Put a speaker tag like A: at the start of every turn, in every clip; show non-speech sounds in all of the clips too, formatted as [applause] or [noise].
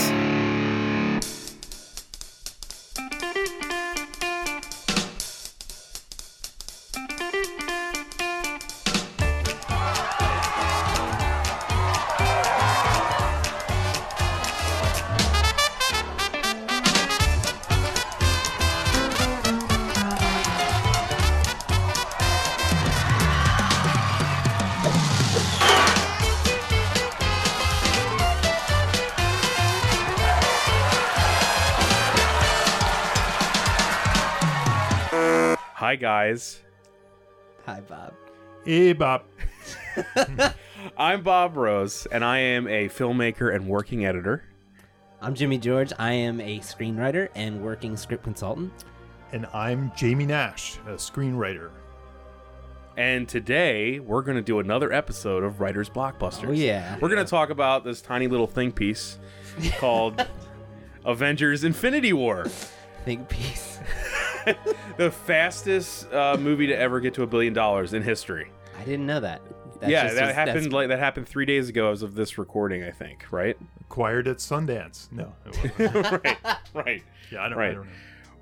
A: Thundergrunt.
B: Hi, guys.
C: Hi, Bob.
D: Hey, Bob.
B: I'm Bob Rose, and I am a filmmaker and working editor.
C: I'm Jimmy George. I am a screenwriter and working script consultant.
D: And I'm Jamie Nash, a screenwriter.
B: And today, we're going to do another episode of Writer's Blockbusters.
C: Oh, yeah.
B: We're going to talk about this tiny little think
C: [laughs]
B: piece called Avengers Infinity War,
C: Think piece. [laughs]
B: the fastest uh, movie to ever get to a billion dollars in history.
C: I didn't know that. That's
B: yeah,
C: just-
B: that
C: just-
B: happened
C: that's-
B: like that happened 3 days ago as of this recording, I think, right?
D: Acquired at Sundance. No. it wasn't.
B: right. Right.
D: Yeah, I don't,
B: Right.
D: I don't know.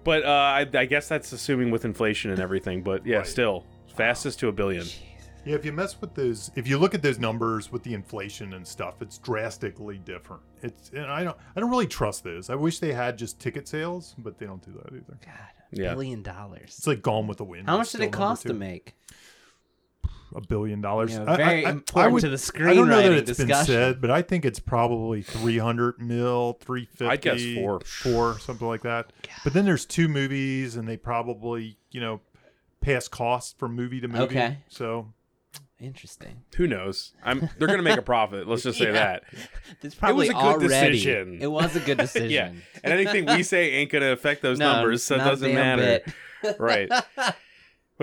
B: But uh, I, I guess that's assuming with inflation and everything, but yeah,
D: Right.
B: still fastest to a billion.
D: Yeah, if you mess with those, if you look at those numbers with the inflation and stuff, it's drastically different. It's and I don't, I don't really trust those. I wish they had just ticket sales, but they don't do that either.
C: God, a
B: Yeah.
C: billion dollars.
D: It's like Gone with the Wind.
C: How
D: is
C: much did it
D: still number
C: cost to
D: two.
C: make?
D: A billion dollars.
C: Yeah,
D: I- I-
C: very
D: I- I
C: important
D: would-
C: to the
D: I don't know that
C: screenwriting
D: it's been
C: discussion.
D: said, but I think it's probably 300 mil, 350.
B: I'd guess four.
D: Four, something like that. But then there's two movies, and they probably, you know, pass costs from movie to movie.
C: Okay.
D: So
C: Interesting.
B: Who knows? I'm they're gonna make a profit. Let's just say
C: [laughs] Yeah.
B: that.
C: It's probably
B: a good
C: already.
B: decision.
C: It was
B: [laughs]
C: a good decision.
B: Yeah, and anything we say ain't gonna affect those
C: No,
B: numbers, so it
C: not a
B: doesn't
C: damn
B: matter,
C: bit. [laughs]
B: right? But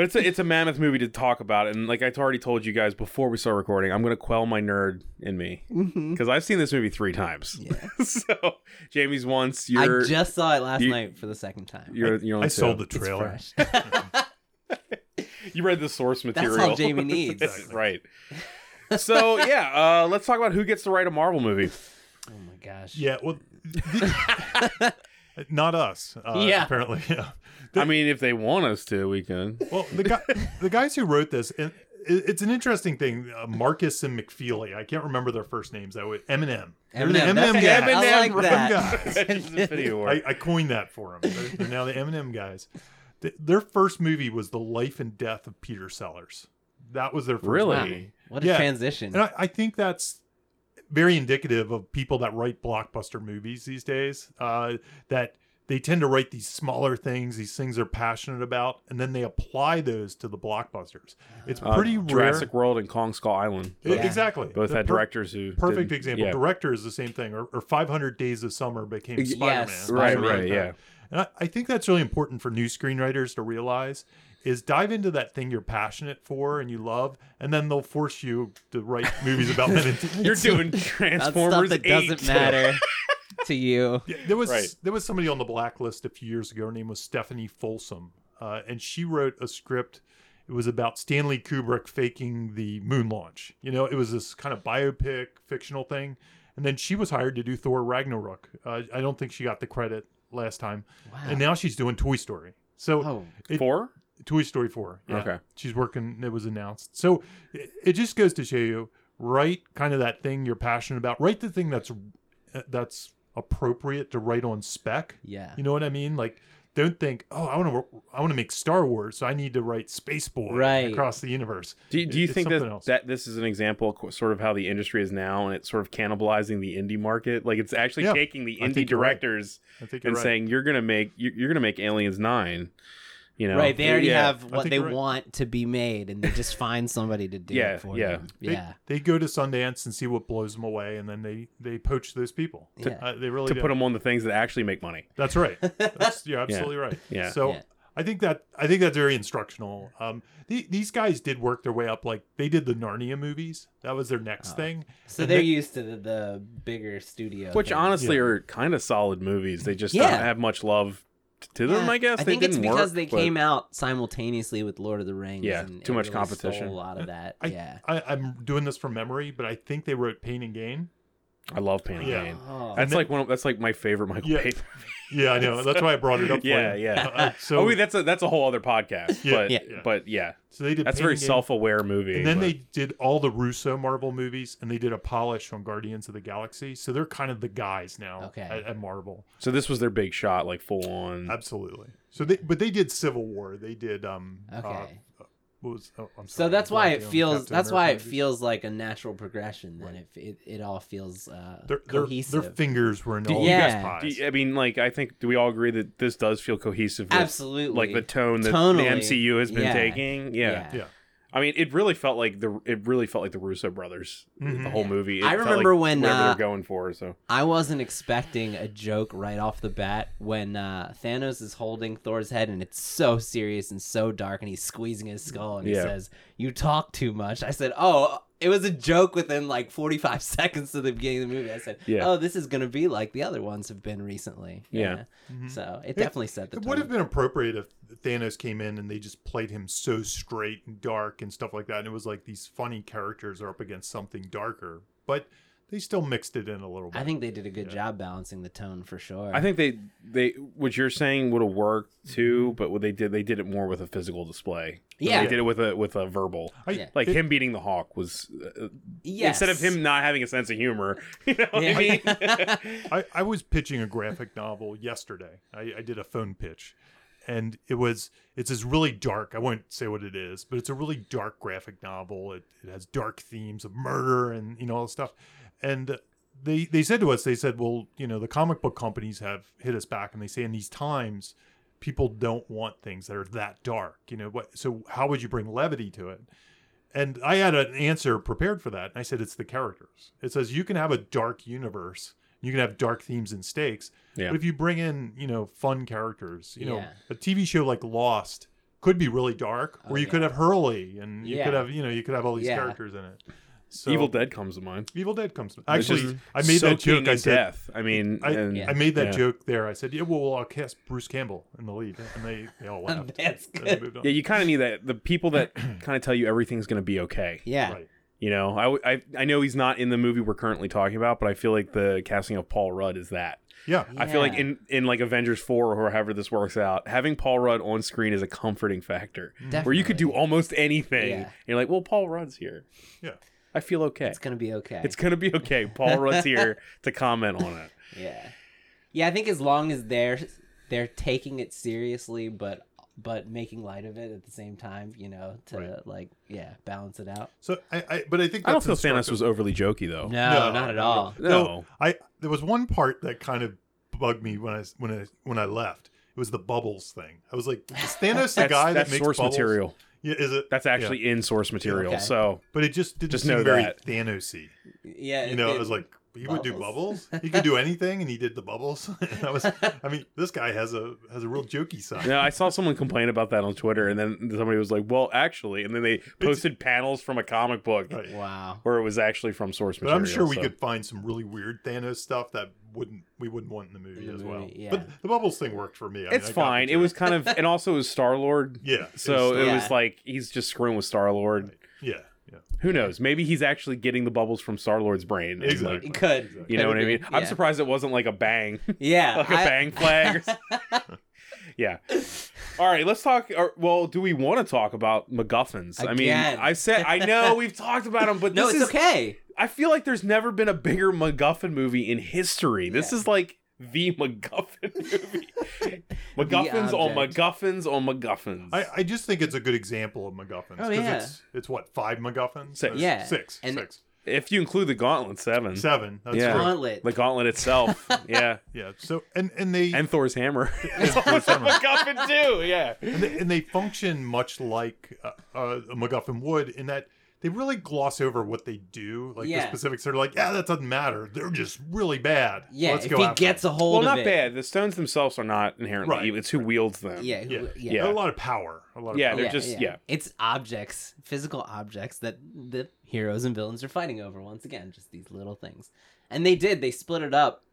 B: it's a it's a mammoth movie to talk about, and like I already told you guys before we start recording, I'm gonna quell my nerd in me
C: Mhm.
B: because I've seen this movie three times.
C: Yeah.
B: [laughs] so Jamie's once, you're
C: I just saw it last
B: you-
C: night for the second time.
B: you're you're on
D: I
B: two.
D: sold the
C: it's
D: trailer.
B: [laughs]
C: fresh. Oh
B: You read the source
C: all
B: material. [laughs]
C: Jamie needs.
D: Exactly.
B: right. So yeah, uh, let's talk about who gets to write a Marvel movie.
C: oh my gosh.
D: Yeah.
C: [laughs]
D: Well, the- not us. Uh,
C: Yeah.
D: Apparently. Yeah.
B: I mean, if they want us to, we can.
D: Well, the guy, [laughs] the guys who wrote this, and it- it's an interesting thing. Uh, Marcus and McFeely. I can't remember their first names. I would Eminem. They're the
C: Eminem, that's
D: Eminem
C: good.
D: guys.
B: Eminem
C: I like
B: Room
C: that.
B: Video
D: I, I coined that for them. They're, they're now the Eminem guys. Th- their first movie was the life and death of Peter Sellers. That was their first
B: Really?
D: movie.
C: [laughs] What a
D: Yeah.
C: transition.
D: And I, I think that's very indicative of people that write blockbuster movies these days. Uh, that they tend to write these smaller things, these things they're passionate about, and then they apply those to the blockbusters. It's
B: Uh,
D: pretty rare.
B: Jurassic World and Kong Skull Island.
D: E-
C: Yeah.
D: Exactly.
B: Both
D: The
B: had
D: per-
B: directors who
D: Perfect
B: did-
D: example.
B: yeah.
D: Director is the same thing, or, or 500 Days of Summer became
B: Ex-
D: Spider Man.
C: yes,
B: Right,
C: Spider-Man.
B: right, yeah.
D: And I, I think that's really important for new screenwriters to realize is dive into that thing you're passionate for and you love, and then they'll force you to write movies
B: [laughs]
D: about that.
B: You're doing
C: That's
B: Transformers.
C: stuff that
B: 8.
C: doesn't
B: [laughs]
C: matter to you.
D: Yeah, there was
B: Right.
D: there was somebody on the blacklist a few years ago. Her name was Stephanie Folsom, uh, and she wrote a script. It was about Stanley Kubrick faking the moon launch. You know, it was this kind of biopic fictional thing. And then she was hired to do Thor Ragnarok. Uh, I don't think she got the credit last time.
C: Wow.
D: And now she's doing Toy Story. So
C: oh,
D: it-
B: Four?
D: Toy Story 4. Yeah.
B: Okay.
D: She's working, it was announced. So it, it just goes to show you write kind of that thing you're passionate about, write the thing that's uh, that's appropriate to write on spec.
C: yeah.
D: You know what I mean? Like don't think, "Oh, I want to I want to make Star Wars, so I need to write Space Boy
C: Right.
D: across the universe."
B: Do, you- do you
D: It's
B: think that
D: something else.
B: that this is an example of co- sort of how the industry is now, and it's sort of cannibalizing the indie market? Like it's actually
D: Yeah,
B: taking the
D: I
B: indie
D: think you're right.
B: directors
D: I think you're
B: and
D: right.
B: saying you're gonna make you're, you're gonna make Aliens Nine. You know,
C: right. They already
B: Yeah.
C: have what
D: think
C: they
D: you're right.
C: want to be made, and they just find somebody to do
B: Yeah,
C: it for
B: yeah.
C: them.
D: they, [laughs]
C: Yeah.
D: they go to Sundance and see what blows them away, and then they they poach those people.
C: Yeah.
D: Uh, they really
B: to
D: do.
B: put them on the things that actually make money.
C: [laughs]
D: That's right. That's, you're absolutely right.
B: Yeah.
D: So
C: Yeah.
D: I think that I think that's very instructional. Um, the, these guys did work their way up. Like they did the Narnia movies. That was their next thing.
C: So
D: And
C: they're
D: they-
C: used to the, the bigger studio.
B: Which
C: thing.
B: honestly
D: Yeah.
B: are kind of solid movies. They just
C: Yeah.
B: don't have much love t- to them.
C: Yeah.
B: I guess
C: I
B: they
C: think
B: didn't
C: it's because
B: work,
C: they
B: but-
C: came out simultaneously with Lord of the Rings.
B: Yeah,
C: and
B: too
C: it
B: much
C: really
B: competition.
C: Stole a lot of that.
D: I,
C: yeah.
D: I, I'm doing this from memory, but I think they wrote Pain and Gain.
B: I love Painting
D: Yeah.
B: Kane.
C: Oh.
B: That's like one. Of, that's like my favorite Michael
D: Yeah.
B: Bay.
D: Yeah, I know. That's why I brought it up.
B: [laughs]
D: for
B: Yeah,
D: you.
B: yeah.
D: Uh, so,
B: oh, wait, that's a that's a whole other podcast.
D: Yeah,
B: but
C: yeah.
B: but yeah,
D: so they did.
B: that's a very
D: Painting Game.
B: self-aware movie.
D: And then
B: but-
D: they did all the Russo Marvel movies, and they did a polish on Guardians of the Galaxy. So they're kind of the guys now
C: Okay.
D: at, at Marvel.
B: so this was their big shot, like full on.
D: Absolutely. So they, but they did Civil War. They did. um uh,
C: Okay.
D: what was? Oh, I'm
C: so
D: sorry,
C: that's why
D: I'm
C: it
D: blanking on
C: feels.
D: Captain
C: that's why it
D: America movies.
C: feels like a natural progression. Then
D: Right.
C: it, it it all feels uh,
D: Their, their,
C: cohesive.
D: their fingers were in
B: Do
D: all
C: you
D: yeah.
C: guys-
B: Do you- I mean, like, I think do we all agree that this does feel cohesive? With,
C: Absolutely.
B: Like the tone that
C: Tonally,
B: the MCU has been
C: yeah.
B: taking. Yeah.
D: Yeah.
B: I mean, it really felt like the it really felt like the Russo brothers. The
D: Mhm.
B: whole
C: Yeah.
B: movie. It
C: I
B: felt like
C: remember when,
B: whatever
C: uh,
B: they're going for. So
C: I wasn't expecting a joke right off the bat when uh, Thanos is holding Thor's head and it's so serious and so dark and he's squeezing his skull and he
B: Yeah.
C: says, "You talk too much." I said, "Oh." It was a joke within like 45 [laughs] seconds of the beginning of the movie. I said,
B: Yeah.
C: "Oh, this is going to be like the other ones have been recently."
B: Yeah.
D: Mhm.
C: So it definitely set the
D: It
C: tone.
D: would have been appropriate if Thanos came in and they just played him so straight and dark and stuff like that. And it was like these funny characters are up against something darker, but they still mixed it in a little bit.
C: I think they did a good job balancing the tone for sure.
B: I think they they what you're saying would have worked too, but what they did they did it more with a physical display.
C: Mm-hmm. Yeah.
B: They did it with a with a verbal.
D: I-
C: Yeah.
B: Like
D: it-
B: him beating the hawk was uh,
C: yes.
B: instead of him not having a sense of humor. [laughs] You know what
C: Yeah.
B: I mean?
C: [laughs]
D: I, I was pitching a graphic novel yesterday. I, I did a phone pitch, and it was it's this really dark. I won't say what it is, but it's a really dark graphic novel. It, it has dark themes of murder and you know all this stuff. And they they said to us, they said, well, you know, the comic book companies have hit us back, and they say in these times, people don't want things that are that dark. You know what? So how would you bring levity to it? And I had an answer prepared for that. And I said, it's the characters. It says you can have a dark universe, you can have dark themes and stakes.
B: Yeah.
D: But if you bring in, you know, fun characters, you know,
C: Yeah.
D: a TV show like Lost could be really dark,
C: Oh,
D: or you
C: yeah.
D: could have Hurley and you
C: Yeah.
D: could have, you know, you could have all these
C: Yeah.
D: characters in it. So
B: Evil Dead comes to mind.
D: Evil Dead comes to
B: It's
D: Actually,
B: just
D: I made
B: soaking
D: that joke. I
B: in
D: said,
B: death. I mean,
D: I,
B: and-
D: I made that
B: Yeah.
D: joke there. I said, yeah, well, I'll cast Bruce Campbell in the lead. And they, they all laughed.
C: [laughs] That's
D: And they
C: good.
D: moved on.
B: Yeah, you kind of need that. The people that kind of tell you everything's going to be okay.
C: Yeah.
D: Right.
B: You know, I, w- I I know he's not in the movie we're currently talking about, but I feel like the casting of Paul Rudd is that.
D: Yeah.
B: I feel like
C: Yeah.
B: in in like Avengers four or however this works out, having Paul Rudd on screen is a comforting factor where you could do
C: Mm. Definitely.
B: almost anything.
C: Yeah.
B: And you're like, well, Paul Rudd's here.
D: Yeah.
B: I feel okay.
C: It's going to be okay.
B: [laughs] It's gonna be okay. Paul Rudd's
C: [laughs]
B: here to comment on it.
C: Yeah, yeah. I think as long as they're they're taking it seriously, but but making light of it at the same time, you know, to
D: Right.
C: like yeah, balance it out.
D: So I, I, but I think
B: I don't
D: that's
B: feel Thanos
D: instructive.
B: was overly jokey though.
C: No, not at all.
B: No.
D: I there was one part that kind of bugged me when I when I when I left. It was the bubbles thing. I was like, is Thanos the
B: That's,
D: guy
B: that's
D: that makes
B: source
D: bubbles?
B: material.
D: Yeah, is it?
B: That's actually in source material.
C: Okay.
B: So
D: But it just didn't
B: Just
D: seem
B: know
D: very
B: that.
D: Thanosy.
C: Yeah,
D: You know,
C: it-
D: I was like, he would do
C: Bubbles.
D: bubbles.
C: [laughs]
D: He could do anything, and he did the bubbles. [laughs] and I was, I mean, this guy has a has a real jokey side.
B: No, I saw someone complain about that on Twitter, and then somebody was like, "Well, actually," and then they posted panels from a comic book
D: Right.
C: wow.
B: where it was actually from source
D: But
B: material.
D: I'm sure we
B: so-
D: could find some really weird Thanos stuff that wouldn't we wouldn't want in the movie
C: the
D: as
C: movie,
D: well.
C: yeah.
D: But the bubbles thing worked for me. I mean,
B: It's
D: I got the
B: fine. It
D: joke.
B: was kind of, and also it was Star Lord.
D: yeah. it was
B: So
D: still-
B: it
C: Yeah.
B: was like he's just screwing with Star Lord.
D: yeah, yeah,
B: Who knows? Maybe he's actually getting the bubbles from Star Lord's brain. and,
D: Exactly.
B: like,
C: It could.
D: Exactly.
B: you know what I
C: Could
B: mean?
C: be,
B: I'm
C: yeah.
B: surprised it wasn't like a
C: [laughs]
B: bang, [laughs]
C: Yeah,
B: like a
C: I-
B: bang flag. Or
C: [laughs]
B: something. yeah. All right, let's talk. Or, well, do we want to talk about MacGuffins? I mean,
C: Again.
B: I said I know we've talked about them, but
C: [laughs] No,
B: this
C: it's
B: is
C: okay.
B: I feel like there's never been a bigger MacGuffin movie in history. This
C: Yeah.
B: is like the [laughs] MacGuffin
C: [laughs]
B: movie. MacGuffins on
C: object.
B: MacGuffins on MacGuffins.
D: I, I just think it's a good example of MacGuffins.
C: Oh,
D: 'cause
C: yeah.
D: It's, it's what, five MacGuffins?
B: Six.
C: Yeah.
D: Six.
C: And-
D: six.
B: if you include the Gauntlet Seven,
D: Seven. That's
B: Yeah.
D: true.
C: Gauntlet.
B: the Gauntlet
C: [laughs]
B: itself, yeah,
D: Yeah. So, and, and they.
B: and Thor's hammer, [laughs] it's
D: Thor's
B: almost a
D: hammer.
B: MacGuffin too. Yeah,
D: and they, and they function much like uh, uh, a MacGuffin would in that they really gloss over what they do, like the
C: Yeah.
D: specifics. They're like, yeah, that doesn't matter. They're just really bad.
C: yeah,
D: Let's
C: if
D: go
C: he
D: after
C: gets
D: them.
C: a hold
B: well,
C: of
B: not
C: it.
B: bad. The stones themselves are not inherently
D: Right.
B: evil. It's who wields them.
C: Yeah, who-
D: Yeah.
C: yeah.
B: Yeah.
D: a lot of power. A lot of
B: Yeah,
D: power.
B: they're just yeah.
C: It's objects, physical objects that the heroes and villains are fighting over. Once again, just these little things. And they did, they split it up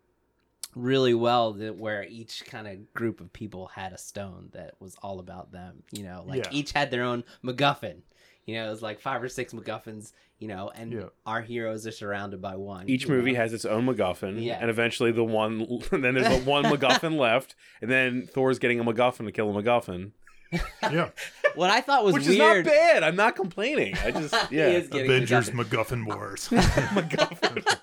C: really well that where each kind of group of people had a stone that was all about them, you know, like
D: Yeah.
C: each had their own MacGuffin. You know, it was like five or six MacGuffins. You know, and
D: Yeah.
C: our heroes are surrounded by one.
B: Each
C: you know?
B: movie has its own MacGuffin,
C: Yeah.
B: and eventually the one, [laughs] and then there's a
C: [laughs]
B: one MacGuffin left, and then Thor's getting a MacGuffin to kill a MacGuffin, [laughs]
D: yeah.
C: [laughs] what I thought was
B: which
C: weird.
B: is not bad. I'm not complaining. I
C: [laughs]
B: just
C: He
B: yeah,
C: [laughs] is getting
D: Avengers
C: MacGuffin.
D: MacGuffin
B: [laughs]
D: Wars.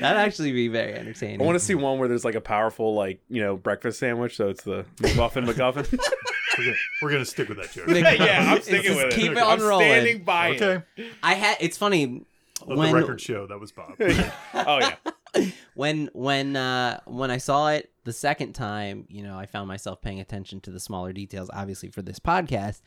C: That'd actually be very entertaining.
B: I want to see one where there's like a powerful like you know breakfast sandwich, so it's the MacGuffin
C: [laughs]
B: MacGuffin.
D: We're gonna- we're gonna stick with that joke.
B: [laughs]
C: Nick-
B: yeah, I'm
C: It's
B: sticking
C: just
B: with
C: keep
B: it.
C: it
B: I'm
C: on rolling.
B: standing by it.
D: Okay.
C: I had. It's funny
D: Let
C: when
D: the record show that was
B: [laughs]
D: Bob. Mm,
B: oh
C: [laughs]
B: yeah,
C: when when uh when I saw it the second time, you know, I found myself paying attention to the smaller details obviously for this podcast.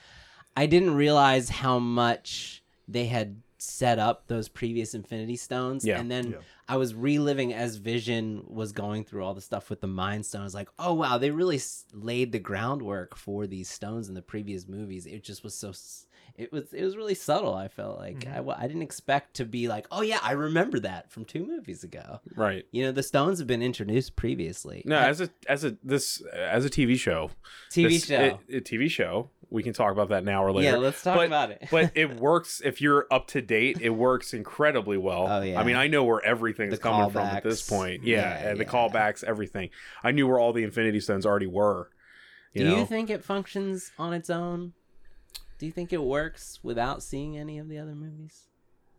C: I didn't realize how much they had set up those previous Infinity Stones
B: Yeah.
C: and then
D: Yeah.
C: I was reliving as Vision was going through all the stuff with the Mind Stone. I was like, "Oh wow, they really s- laid the groundwork for these stones in the previous movies." It just was so s- it was it was really subtle. I felt like I wa- I didn't expect to be like, "Oh yeah, I remember that from two movies ago."
B: right.
C: You know, the Stones have been introduced previously.
B: No,
C: Uh,
B: as a as a this as a TV show,
C: TV
B: this-
C: show.
B: it- a TV show. We can talk about that now or later.
C: yeah, let's talk
B: but-
C: about it. [laughs]
B: but it works if you're up to date. It works incredibly well.
C: Oh, yeah.
B: I mean, I know where everything's
C: The
B: coming from at this
C: callbacks.
B: point. Yeah,
C: Yeah,
B: and the
C: yeah.
B: callbacks, everything. I knew where all the Infinity Stones already were. You
C: Do
B: know,
C: you think it functions on its own? Do you think it works without seeing any of the other movies?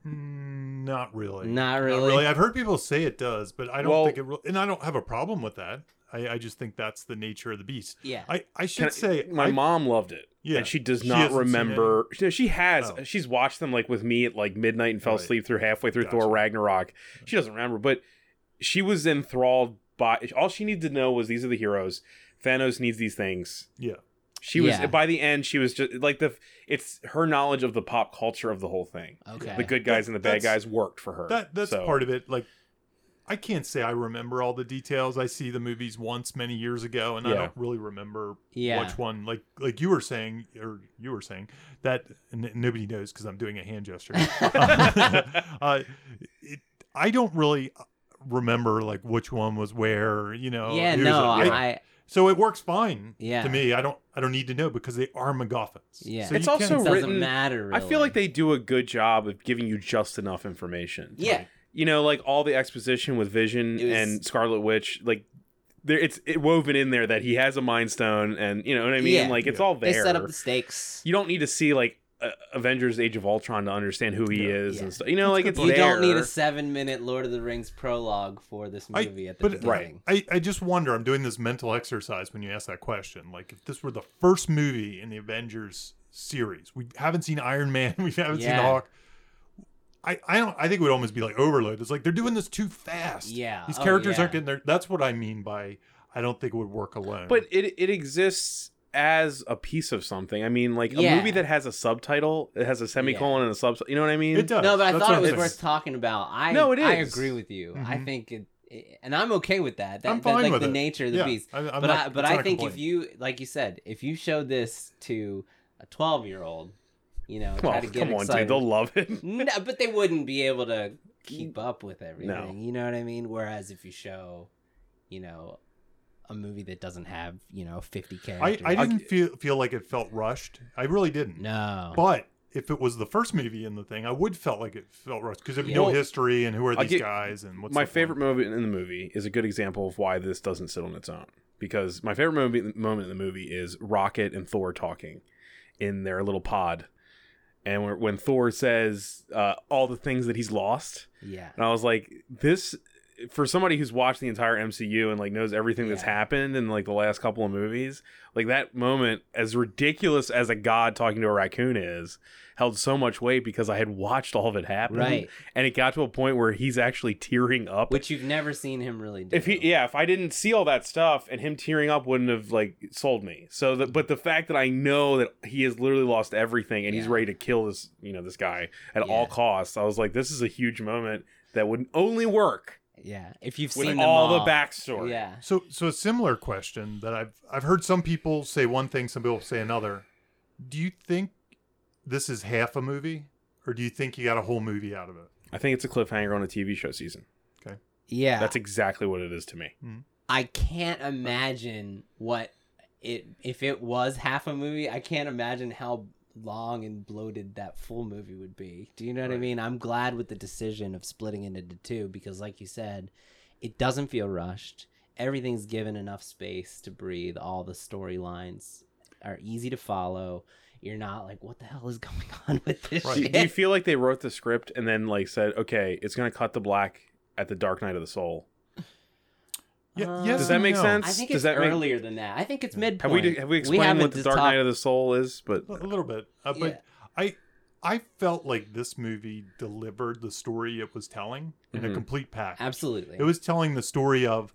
D: Mm, Not really.
C: Not
D: Not
C: really.
D: I've heard people say it does, but I don't
B: Well-
D: think it. Re- and I don't have a problem with that. I, I just think that's the nature of the beast.
C: Yeah.
D: I, I should
B: Can I-
D: say
B: my
D: I-
B: mom loved it.
D: Yeah,
B: and she does
D: she
B: not
D: hasn't seen
B: remember. She, she has.
D: Oh.
B: She's watched them like with me at like midnight and fell
D: Right.
B: asleep through halfway through
D: Gotcha.
B: Thor Ragnarok. She doesn't remember, but she was enthralled by. All she needed to know was these are the heroes. Thanos needs these things.
D: Yeah.
B: She was
C: Yeah.
B: by the end. She was just like the. It's her knowledge of the pop culture of the whole thing.
C: Okay.
B: The good guys and the bad
D: That's-
B: guys worked for her.
D: That that's
B: So,
D: part of it. Like, I can't say I remember all the details. I see the movies once many years ago, and I
B: Yeah.
D: don't really remember
C: yeah.
D: which one. Like like you were saying, or you were saying that and n- nobody knows because I'm doing a hand
C: [laughs]
D: gesture. uh, [laughs] it, I don't really uh, remember like which one was where. You know.
C: yeah,
D: uh, here's
C: no,
D: a-
C: I
D: So it works fine
C: Yeah.
D: to me. I don't I don't need to know because they are MacGuffins.
C: Yeah.
D: So
B: It's
D: you
B: also
C: it
D: can-
C: doesn't
B: written-
C: matter really.
B: I feel like they do a good job of giving you just enough information.
C: Yeah.
B: you know, like all the exposition with Vision
C: It was-
B: and Scarlet Witch, like there it's it woven in there that he has a Mind Stone, and you know what I mean.
C: Yeah.
B: like it's
D: Yeah.
B: all there.
C: They set up the stakes.
B: you don't need to see like uh, Avengers: Age of Ultron to understand who he
D: Yeah.
B: is
C: Yeah.
B: and stuff. You know, like it's
C: You
B: there.
C: don't need a seven-minute Lord of the Rings prologue for this
D: I-
C: movie at the
D: but
C: beginning.
D: I, I just wonder, I'm doing this mental exercise when you ask that question. Like if this were the first movie in the Avengers series, we haven't seen Iron Man, [laughs] we haven't seen
C: Yeah.
D: Hawk. I, I don't I think it would almost be like overload. It's like they're doing this too fast.
C: Yeah.
D: These
C: Oh,
D: characters
C: yeah.
D: aren't getting there. That's what I mean by I don't think it would work alone.
B: but it it exists as a piece of something. I mean, like
C: Yeah.
B: a movie that has a subtitle, it has a semicolon and a sub. You know what I mean?
D: it does.
C: No, but I
D: That's
C: thought
D: what
C: it was
D: I'm
C: worth
D: saying.
C: talking about. I
B: No, it
C: I
B: is. Mm-hmm.
C: agree with you. I
D: Mhm.
C: think it, it- and I'm okay with that. that
D: I'm
C: that,
D: fine
C: like
D: with
C: the
D: it.
C: nature of the
D: Yeah,
C: beast.
D: I, I'm
C: but
D: not-
C: I, but
D: it's
C: I
D: not a
C: think if
D: complaint.
C: you, like you said, if you showed this to a 12 year old, you know,
B: Well,
C: try to get
B: come on, dude.
C: excited.
B: They'll love it.
C: no, but they wouldn't be able to [laughs] keep up with everything. You know what I mean? Whereas if you show, you know, a movie that doesn't have, you know, 50
D: I,
C: characters,
D: I didn't feel feel like it felt rushed. I really didn't.
C: no.
D: But if it was the first movie in the thing, I would felt like it felt rushed because there'd be
C: Yeah.
D: no
B: Well,
D: history and who are
B: I'll
D: these
B: get-
D: guys and what's
B: my
D: the point?
B: favorite moment in the movie is a good example of why this doesn't sit on its own because my favorite moment, moment in the movie is rocket and thor talking in their little pod and when, when thor says uh, all the things that he's lost
C: yeah.
B: and i was like this for somebody who's watched the entire mcu and like knows everything that's
C: Yeah.
B: happened in like the last couple of movies like that moment as ridiculous as a god talking to a raccoon is held so much weight because i had watched all of it happen
C: Right.
B: and it got to a point where he's actually tearing up
C: Which you've never seen him really do.
B: if he yeah if i didn't see all that stuff and him tearing up wouldn't have like sold me so the, but the fact that i know that he has literally lost everything and he's
C: Yeah.
B: ready to kill this you know this guy at all
C: Yeah.
B: costs i was like this is a huge moment that would only work
C: Yeah. If you've
B: with
C: seen them
B: all,
C: all.
B: the backstory
C: Yeah.
D: So so a similar question that I've I've heard some people say one thing, some people say another. Do you think this is half a movie, or do you think you got a whole movie out of it?
B: i think it's a cliffhanger on a tv show season
C: Yeah.
B: that's exactly what it is to me
C: I can't imagine what it if it was half a movie. I can't imagine how long and bloated that full movie would be. Do you know what I
B: Right.
C: mean? I'm glad with the decision of splitting it into two because, like you said, it doesn't feel rushed. Everything's given enough space to breathe. All the storylines are easy to follow. You're not like, what the hell is going [laughs] on with this
D: Right.
B: Do,
C: shit? [laughs]
B: do you feel like they wrote the script and then like said, okay, it's gonna cut the black at the Dark Night of the Soul?
D: Ye-
C: Uh,
D: yes
B: Does that
D: and
B: make
D: no.
B: sense?
C: I think
B: Does
C: it's
B: that make-
C: earlier than that. I think it's
B: Have
C: midpoint.
B: we have we explained what
C: haven't
B: the Dark
C: talked-
B: Night of the Soul is? But
D: A little bit, uh, but I I felt like this movie delivered the story it was telling in a
B: Mhm.
D: complete pack.
C: Absolutely.
D: It was telling the story of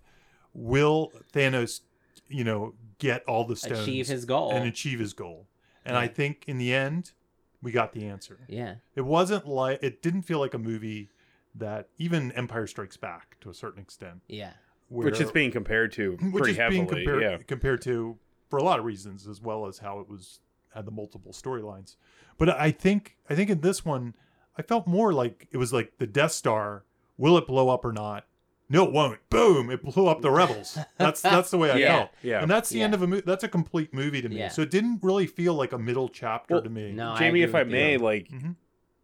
D: will Thanos, you know, get all the stones
C: achieve his goal.
D: and achieve his goal. And I
C: Oh. Yeah.
D: think in the end, we got the answer.
C: yeah.
D: It wasn't like it didn't feel like a movie that even Empire Strikes Back to a certain extent,
C: Yeah.
D: where,
B: which it's being compared to
D: [laughs] which
B: pretty
D: is
B: heavily.
D: being compared
B: yeah.
D: compared to for a lot of reasons as well as how it was had the multiple storylines. But I think I think in this one, I felt more like it was like the Death Star. Will it blow up or not? No, it won't. Boom! It blew up the rebels.
C: [laughs]
D: That's that's the way I
B: yeah.
D: felt.
B: Yeah.
D: And that's the
C: Yeah.
D: end of a movie. That's a complete movie to me.
C: Yeah.
D: So it didn't really feel like a middle chapter
B: Well,
D: to me.
C: No,
B: Jamie,
C: I
B: if
C: agree
B: I
C: with you.
B: may, like,
D: Mhm.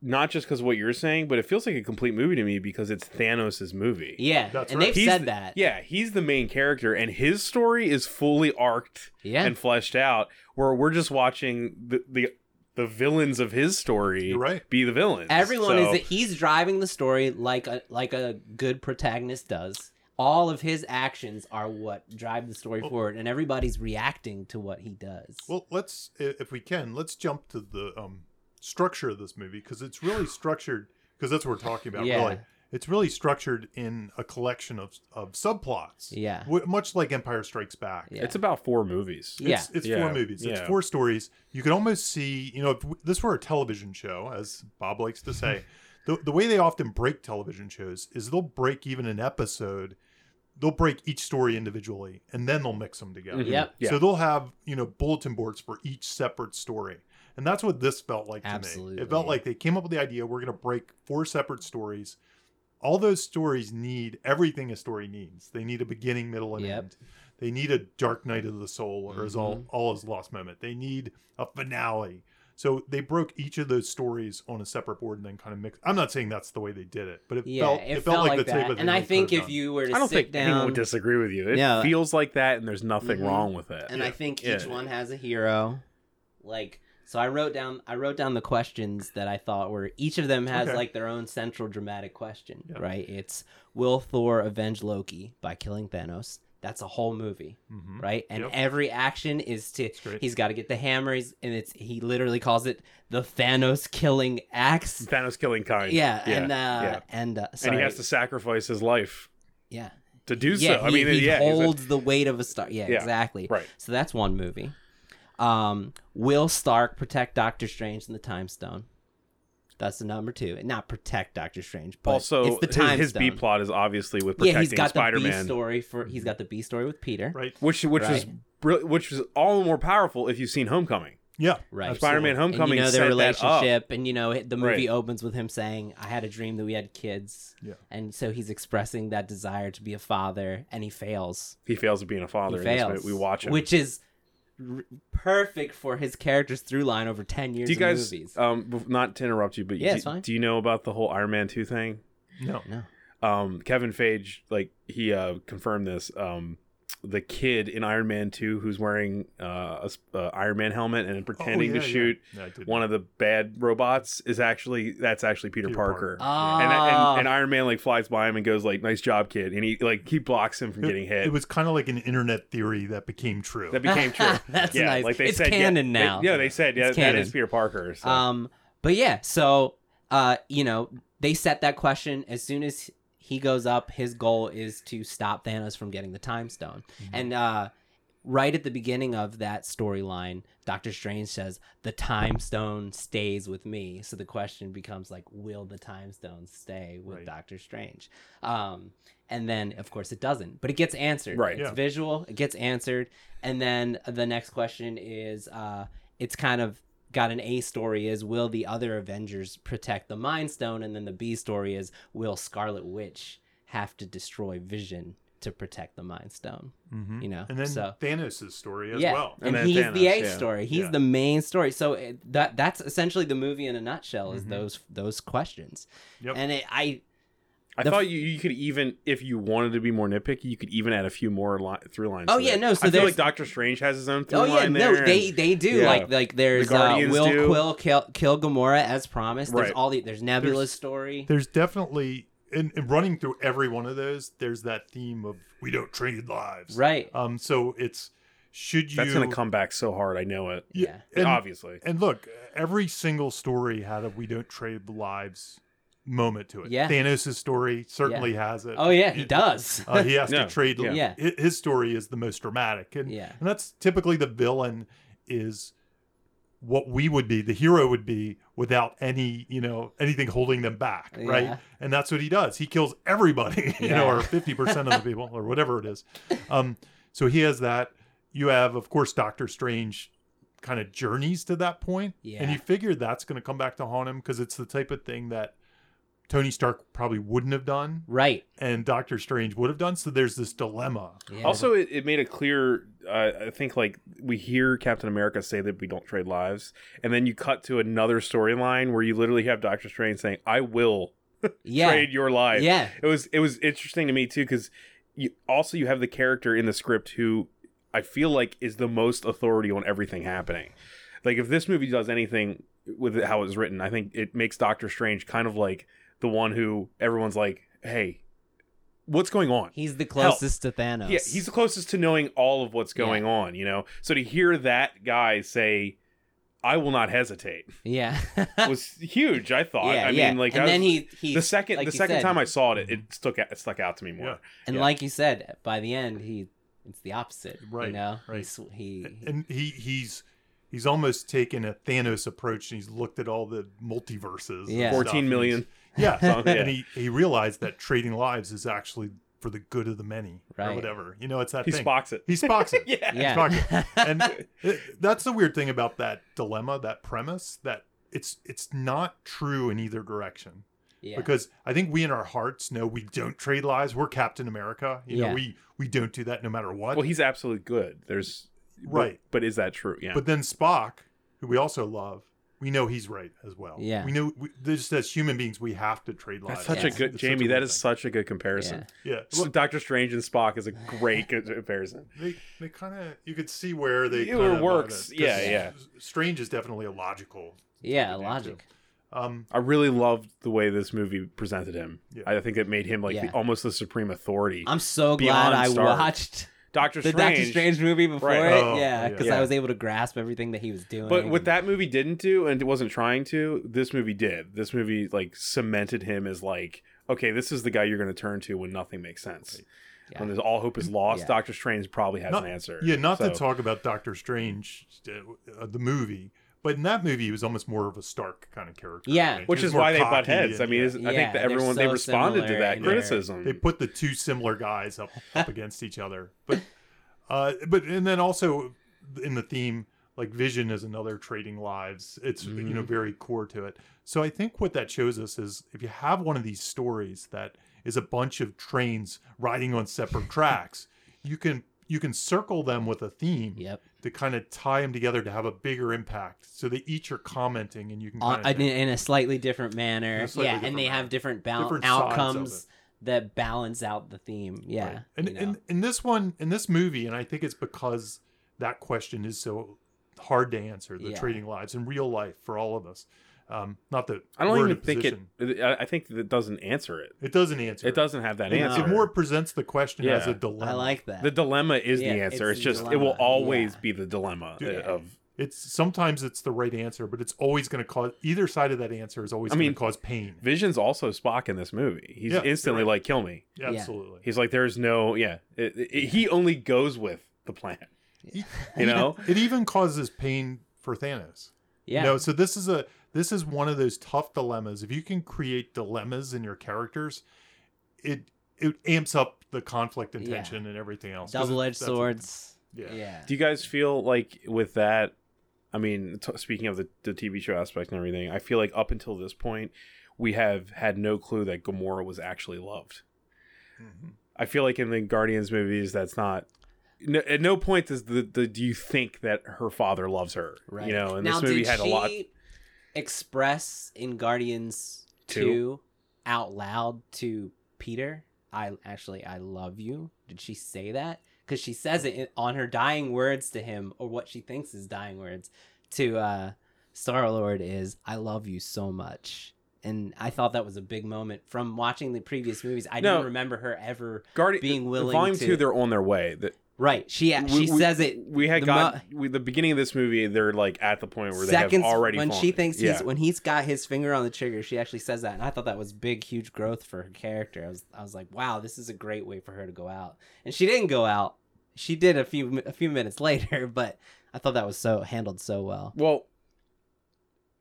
B: not just because of what you're saying, but it feels like a complete movie to me because it's Thanos' movie.
C: Yeah.
D: That's
C: and
D: right.
C: they've
B: He's
C: said
B: the-
C: that.
B: Yeah, he's the main character, and his story is fully arced
C: Yeah.
B: and fleshed out, where we're just watching the the, the villains of his story
D: You're right.
B: be the villains.
C: Everyone
B: So-
C: is he's driving the story like a like a good protagonist does. All of his actions are what drive the story
D: Well-
C: forward, and everybody's reacting to what he does.
D: Well, let's i- if we can, let's jump to the um, structure of this movie because
C: [sighs]
D: it's really structured because that's what we're talking about.
C: Yeah.
D: Really, it's really structured in a collection of of subplots.
C: Yeah.
D: W- much like Empire Strikes Back.
C: Yeah.
B: It's about four movies.
C: Yeah.
D: It's, it's
B: Yeah.
D: four movies. It's
B: Yeah.
D: four stories. You can almost see, you know, if w- this were a television show, as Bob likes to say, the, the way they often break television shows is they'll break even an episode, they'll break each story individually, and then they'll mix them together.
B: Mhm.
C: Yep.
B: Yeah.
D: So they'll have, you know, bulletin boards for each separate story. And that's what this felt like to me. It felt
C: Absolutely.
D: like they came up with the idea we're going to break four separate stories. All those stories need everything a story needs. They need a beginning, middle, and
C: Yep.
D: end. They need a dark night of the soul or
C: Mm-hmm.
D: is all all is lost moment. They need a finale. So they broke each of those stories on a separate board and then kind of mixed. I'm not saying that's the way they did it, but it
C: yeah,
D: felt
C: it, felt, like,
D: the tape.
C: that. And I think if you were to
B: I don't
C: sit
B: think anyone
C: down,
B: would disagree with you. It
C: Yeah.
B: feels like that, and there's nothing
D: Mm-hmm.
C: Mhm.
B: wrong with it.
C: and I think
B: Yeah.
C: each one has a hero. Like so, I wrote down I wrote down the questions that I thought were each of them has
D: Okay.
C: like their own central dramatic question,
D: Yeah.
C: right? It's will Thor avenge Loki by killing Thanos? That's a whole movie.
D: hmm
B: Mm-hmm.
C: right? And
D: Yep.
C: every action is to
D: great.
C: he's got to get the hammer. He's, and it's he literally calls it the Thanos killing axe.
B: Thanos killing kind.
C: Yeah,
B: yeah,
C: and uh,
B: yeah.
C: and uh,
B: and
C: sorry.
B: he has to sacrifice his life
C: yeah,
B: to do
C: yeah.
B: so.
C: He,
B: I mean,
C: he
B: yeah, he's a-
C: holds the weight of a star. Yeah,
B: Yeah,
C: exactly.
B: right.
C: So that's one movie. Um, will Stark protect Doctor Strange in the Time Stone? That's the number two. Not protect Doctor Strange, but
B: also
C: it's the
B: his-
C: Time
B: his,
C: Stone.
B: B plot is obviously with protecting
C: yeah, he's got the B
B: Spider-Man,
C: story for he's got the B story with Peter.
D: Right.
B: which which was
C: Right.
B: brill- which was all the more powerful if you've seen Homecoming.
D: Yeah.
C: Right.
B: Spider-Man:
C: And
B: Homecoming
C: you know their
B: set that up.
C: relationship, and you know it- the movie
B: Right.
C: opens with him saying, "I had a dream that we had kids,"
D: Yeah.
C: and so he's expressing that desire to be a father, and he fails.
B: He fails at being a father.
C: he
B: in this
C: fails.
B: minute. we watch him.
C: which is r- perfect for his character's through line over ten years.
B: do you guys?
C: of movies.
B: Um, bef- not to interrupt you, but
C: Yeah,
B: do,
C: it's fine.
B: do you know about the whole Iron Man two thing?
D: No.
C: no,
B: Um, Kevin Feige, like he uh, confirmed this. Um, the kid in Iron Man two who's wearing uh, a s- uh, Iron Man helmet and pretending
D: Oh, yeah,
B: to
D: yeah.
B: shoot
D: No, I did
B: one of the bad robots is actually that's actually Peter,
D: Peter
B: Parker.
D: Parker.
C: oh,
B: and, and, and Iron Man like flies by him and goes like, "Nice job, kid," and he like he blocks him from
D: It-
B: getting hit.
D: It was kind of like an internet theory that became true.
B: that became true.
C: [laughs] That's
B: yeah,
C: nice.
B: like they
C: It's
B: said, yeah,
C: canon
B: they-
C: now.
B: yeah, they said yeah,
C: It's
B: that
C: canon.
B: is Peter Parker. So.
C: Um, but yeah, so uh, you know, they set that question as soon as he goes up. His goal is to stop Thanos from getting the Time Stone,
D: Mhm.
C: and uh, right at the beginning of that storyline, Doctor Strange says the Time Stone stays with me. So the question becomes like, will the Time Stone stay with
D: Right.
C: Doctor Strange? Um, and then of course it doesn't, but it gets answered.
B: Right.
C: It's
D: Yeah.
C: visual. It gets answered, and then the next question is, uh, it's kind of got an A story is will the other Avengers protect the Mind Stone, and then the B story is will Scarlet Witch have to destroy Vision to protect the Mind Stone.
D: Mhm.
B: Mm-hmm.
C: You know,
D: and then
C: so-
D: Thanos' story as
C: yeah,
D: well.
B: And
C: and,
B: then
C: he's the
B: Thanos,
C: A
B: yeah.
C: story. He's
D: Yeah.
C: the main story. So it, that that's essentially the movie in a nutshell.
B: Mm-hmm.
C: Is those those questions,
D: Yep.
C: and it, I
B: I
C: The f-
B: thought you, you could even, if you wanted to be more nitpicky, you could even add a few more li- through lines.
C: Oh,
B: to
C: yeah,
B: that.
C: no, so
B: I feel
C: there's-
B: like Doctor Strange has his own through
C: Oh yeah,
B: line there.
C: no, they
B: and-
C: they do
B: Yeah.
C: like like there's
B: The
C: uh,
B: Guardians
C: Will
B: do.
C: Quill kill, kill Gamora as promised. There's
B: Right.
C: all the there's Nebula's
D: There's-
C: story.
D: There's definitely, and, and running through every one of those, there's that theme of we don't trade lives.
C: Right.
B: uh,
D: Um. So it's should you
B: that's gonna come back so hard. I know it.
C: yeah.
D: and-
B: Obviously,
D: And look, every single story had a "We don't trade lives" moment to it.
C: Yeah.
D: Thanos' story certainly has it.
C: Oh yeah, he
D: It-
B: [laughs]
C: does.
D: Uh, he has
B: No,
D: to trade.
B: yeah.
C: Yeah.
D: hi- his story is the most dramatic, and
C: Yeah.
D: and that's typically the villain is what we would be. The hero would be without any you know anything holding them back,
C: Yeah.
D: right? And that's what he does. He kills everybody, [laughs] you know,
C: Yeah.
D: or fifty percent of the people, or whatever it is. Um, so he has that. You have, of course, Doctor Strange kind of journeys to that point,
C: Yeah.
D: and you figure that's going to come back to haunt him because it's the type of thing that Tony Stark probably wouldn't have done
C: right.
D: and Doctor Strange would have done. So there's this dilemma.
C: Yeah.
B: also it, it made it clear. Uh, I think like we hear Captain America say that we don't trade lives, and then you cut to another storyline where you literally have Doctor Strange saying, "I will
C: yeah.
B: trade your life."
C: yeah.
B: it was it was interesting to me too because you also you have the character in the script who i feel like is the most authority on everything happening like if this movie does anything with how it's written i think it makes doctor strange kind of like the one who everyone's like hey what's going on
C: He's the closest to Thanos.
B: yeah he's the closest to knowing all of what's going on you know so to hear that guy say i will not
C: [laughs]
B: hesitate [laughs]
C: yeah.
B: was huge i thought
C: yeah,
B: i
C: yeah.
B: mean like
C: and
B: I
C: then
B: was-
C: he he
B: the second
C: like
B: the
C: you
B: second
C: said, mm-hmm.
B: time i saw it it, it stuck out, it stuck out to me more
D: Yeah.
C: and
B: yeah.
C: like you said by the end he it's the opposite.
D: Right,
C: You know
D: right.
C: He sw- he, he
D: And he he's he's almost taken a Thanos approach and he's looked at all the multiverses.
C: Yeah.
B: 14 million. [laughs]
D: Yeah.
B: So, yeah.
D: And he, he realized that trading lives is actually for the good of the many or
C: Right.
D: whatever. You know, it's that
B: He
D: thing.
B: spots it.
D: he spots it.
B: Yeah.
C: [laughs] yeah.
D: and
B: [laughs]
D: it- that's the weird thing about that dilemma, that premise, that it's it's not true in either direction.
C: yeah.
D: because I think we in our hearts know we don't trade lies. We're Captain America. You
C: Yeah.
D: know, we we don't do that no matter what.
B: Well, he's absolutely good. There's
D: Right.
B: but, but is that true? Yeah.
D: But then Spock, who we also love, we know he's right as well.
C: Yeah.
D: we know. We, just as human beings, we have to trade lies.
B: that's such a
C: Yeah.
B: good
D: It's such
B: Jamie.
D: a
B: That
D: weird
B: is
D: thing.
B: such a good comparison.
C: Yeah.
D: yeah.
B: So Doctor Strange and Spock is a great co- comparison.
D: they they kind of you could see where they
B: It
D: kinda line
B: works.
D: up, 'cause
B: Yeah, yeah.
D: Strange is definitely a logical.
C: yeah.
D: do, too.
C: Logic.
D: Um,
B: I really loved the way this movie presented him.
D: Yeah.
B: I think it made him like
C: Yeah.
B: the, almost the supreme authority.
C: I'm so glad
B: Beyond
C: I
B: Star.
C: watched
B: Doctor
C: [laughs] the
B: Strange.
C: Doctor Strange movie before
B: Right.
C: it.
D: Oh,
C: yeah,
D: yeah.
C: because
B: Yeah.
C: I was able to grasp everything that he was doing.
B: But what
C: and-
B: that movie didn't do, and it wasn't trying to, this movie did. This movie like cemented him as like, okay, this is the guy you're going to turn to when nothing makes sense.
C: Yeah.
B: When there's all hope is lost,
C: Yeah.
B: Doctor Strange probably has
D: Not-
B: an answer.
D: yeah, not
B: So-
D: to talk about Doctor Strange, uh, uh, the movie, but in that movie, he was almost more of a Stark kind of character. I
C: Yeah.
D: think. He
B: which
D: was
B: is
D: more
B: why they
D: cocky
B: butt heads. I
D: and-
B: mean,
D: yeah.
B: is- I
C: Yeah,
B: think that
C: they're
B: everyone they
C: so
B: responded to
C: similar
B: that
C: in their-
B: criticism.
D: they put the two similar guys up, up against each other but uh but and then also in the theme like vision is another trading lives it's you know very core to it so i think what that shows us is if you have one of these stories that is a bunch of trains riding on separate tracks you can you can circle them with a theme
C: Yep.
D: to kind of tie them together to have a bigger impact so they each are commenting and you can
C: On,
D: kind
C: in, in a slightly different manner.
D: a slightly
C: yeah,
D: different
C: and they
D: manner.
C: have different, bal-
D: Different sides of
C: outcomes that balance out the theme. Yeah.
D: Right. And
C: you know.
D: in, in this one, in this movie, and I think it's because that question is so hard to answer the
C: Yeah.
D: trading lives in real life for all of us. Um, not that
B: I don't
D: we're in
B: even
D: a
B: think it,
D: position-
B: I I think that it doesn't answer it.
D: It doesn't answer.
B: It doesn't have that
D: It,
B: answer.
D: it more presents the question as
B: Yeah.
D: a dilemma.
C: I like that.
B: the dilemma is
C: Yeah,
B: the answer. It's,
C: it's the
B: just it will
C: dilemma.
B: always
C: Yeah.
B: be the dilemma
D: Dude,
B: uh, of.
D: It's sometimes it's the right answer, but it's always going to cause either side of that answer is always
B: I
D: going
B: mean-
D: to cause pain.
B: Vision's also Spock in this movie. He's
D: Yeah, you're
B: instantly
D: right.
B: like, "Kill me."
D: Yeah, Absolutely.
B: He's like, "There's no yeah." It- it- He only goes with the plan. [laughs] You know,
D: [laughs] It even causes pain for Thanos.
C: yeah.
D: You know, so this is a this is one of those tough dilemmas. If you can create dilemmas in your characters, it it amps up the conflict and
C: Yeah.
D: tension and everything else. 'Cause
C: Double edged
D: that's a-
C: swords.
D: yeah.
C: Yeah.
B: Do you guys feel like with that? I mean, t- speaking of the, the TV show aspect and everything, I feel like up until this point, we have had no clue that Gamora was actually loved.
D: Mhm.
B: I feel like in the Guardians movies, that's not. No, at no point does the, the do you think that her father loves her,
C: Right.
B: you know? And
C: now,
B: this movie
C: did
B: had
C: she
B: a lot.
C: express in Guardians
B: Two.
C: 2. out loud to Peter, I actually I love you. Did she say that? Cuz she says it in, on her dying words to him or what she thinks is dying words to uh Star-Lord is I love you so much. And I thought that was a big moment from watching the previous movies. I
B: No.
C: didn't remember her ever
B: Guardian
C: being willing
B: Volume
C: to-
B: two, they're on their way. The,
C: Right. She she
B: we-
C: says it
B: we had
C: the
B: got we, the beginning of this movie. They're like at the point where they have already
C: when
B: fallen.
C: she thinks
B: yeah.
C: he's when he's got his finger on the trigger she actually says that and i thought that was big huge growth for her character i was i was like wow this is a great way for her to go out and she didn't go out she did a few mi- a few minutes [laughs] later but i thought that was so handled so well
B: Well,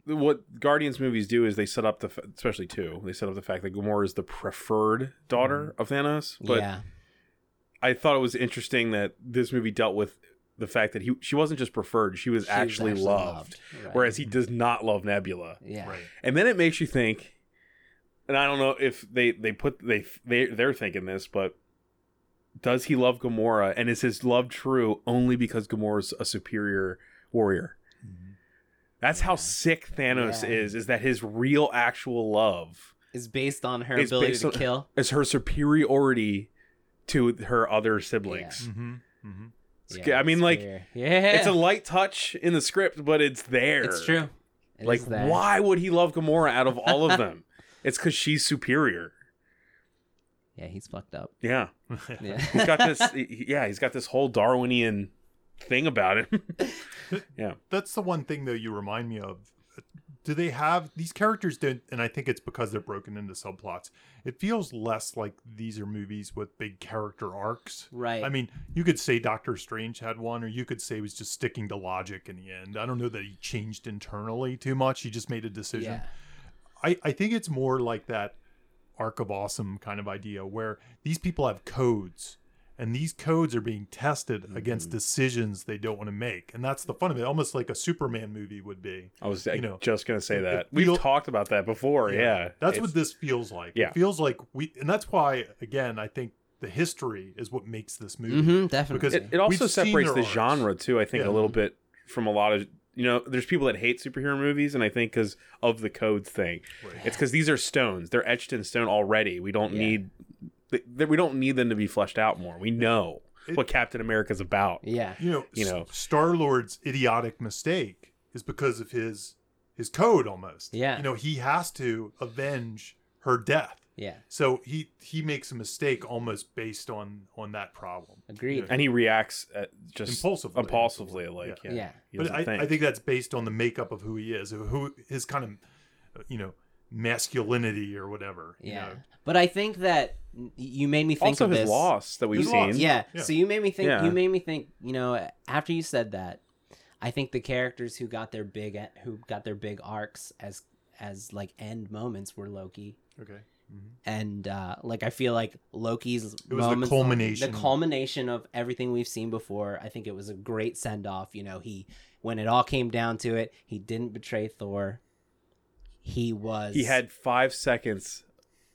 B: what Guardians movies do is they set up the, f- especially two, they set up the fact that Gamora is the preferred daughter of Thanos. But
C: yeah
B: I thought it was interesting that this movie dealt with the fact that he she wasn't just preferred, she was,
C: She was
B: actually, loved,
C: Right.
B: Whereas he does not love Nebula,
C: yeah
D: Right.
B: and then it makes you think. And I don't know if they they put they they they're thinking this, but does he love Gamora, and is his love true only because Gamora's a superior warrior?
D: Mm-hmm.
B: That's how
C: Yeah.
B: sick Thanos
C: Yeah.
B: is, is that his real actual love
C: is based on her
B: It's
C: ability
B: based
C: to
B: on-
C: kill
B: is her superiority to her other siblings.
D: Mm-hmm. Mm-hmm.
B: It's- I mean,
C: it's
B: like,
C: clear. [laughs] yeah
B: It's a light touch in the script, but it's there.
C: it's true It
B: like,
C: is there.
B: why would he love Gamora out of all
C: [laughs]
B: of them? it's because she's superior.
C: yeah he's
B: [laughs]
C: fucked up
B: Yeah.
C: yeah
B: He's got this, he- yeah, he's got this whole Darwinian thing about him. [laughs]
D: that's the one thing though you remind me of do they have these characters don't and i think it's because they're broken into subplots it feels less like these are movies with big character arcs
C: right
D: i mean you could say doctor strange had one or you could say he was just sticking to logic in the end i don't know that he changed internally too much he just made a
C: [laughs]
D: decision
C: yeah
D: I, I think it's more like that arc of awesome kind of idea where these people have codes and these codes are being tested against
B: Mm-hmm.
D: decisions they don't want to make and that's the fun of it almost like a superman movie would be
B: I was like,
D: You know,
B: just going to say
D: it-
B: that.
D: it
B: We've
D: feel-
B: talked about that before. Yeah.
D: that's
B: It's-
D: what this feels like
B: Yeah.
D: it feels like we and that's why again i think the history is what makes this movie
C: mm-hmm definitely
D: Because
B: it, it also
D: We've seen
B: separates
D: their
B: the
D: arcs.
B: genre too i think
D: Yeah.
B: a little bit from a lot of you know there's people that hate superhero movies and i think because of the codes thing
D: Right.
B: it's because these are stones they're etched in stone already we don't
C: Yeah.
B: need th- th- we don't need them to be fleshed out more we know
D: It-
B: what captain america's about
C: yeah
D: you know
B: You know.
D: star lord's idiotic mistake is because of his his code almost
C: Yeah.
D: you know he has to avenge her death
C: yeah
D: So he he makes a mistake almost based on on that problem.
C: agreed
B: and he reacts uh, just
D: Impulsively.
B: impulsively like yeah,
D: Yeah.
C: Yeah.
B: he
D: but
B: doesn't
D: I, I think that's based on the makeup of who he is, who his kind of you know masculinity or whatever. you
C: Yeah.
D: know.
C: But I think that y- you made me think
B: also
C: of
B: his
C: this.
B: loss that we've
D: His
B: seen
D: loss.
C: Yeah.
D: Yeah.
C: So you made me think
B: Yeah.
C: you made me think, you know, after you said that, I think the characters who got their big who got their big arcs as as like end moments were Loki
D: Okay. Mm-hmm.
C: and uh like I feel like Loki's
D: It was the
C: moments-
D: culmination.
C: the culmination of everything we've seen before. I think it was a great send off. You know, he when it all came down to it, he didn't betray Thor. He was
B: he had five seconds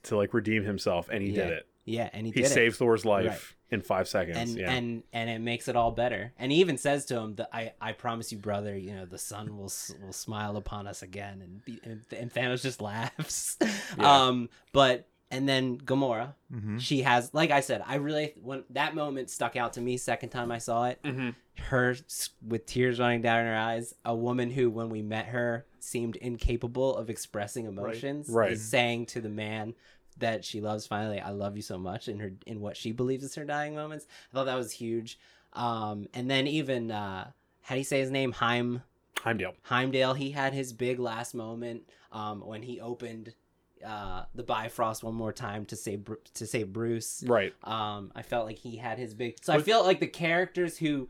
B: to like redeem himself and he
C: Yeah.
B: did it
C: yeah, and he,
B: he,
C: did it.
B: saved thor's life in five seconds
C: and
B: yeah
C: and and it makes it all better. And he even says to him, that "I I promise you, brother. You know the sun will s- will smile upon us again." And be- and, and Thanos just [laughs] laughs.
B: Yeah.
C: Um, but and then Gamora,
B: Hmm?
D: Mm-hmm.
C: she has like I said, I really when that moment stuck out to me second time I saw it.
B: Mhm.
C: Her s- with tears running down her eyes, a woman who when we met her seemed incapable of expressing emotions,
B: Right.
C: is saying to the man that she loves finally i love you so much in her in what she believes is her dying moments i thought that was huge um and then even uh how do you say his name heim
B: heimdall
C: heimdall he had his big last moment um when he opened uh the bifrost one more time to save Bru- to save bruce
B: right
C: um i felt like he had his big so i
D: But-
C: feel like the characters who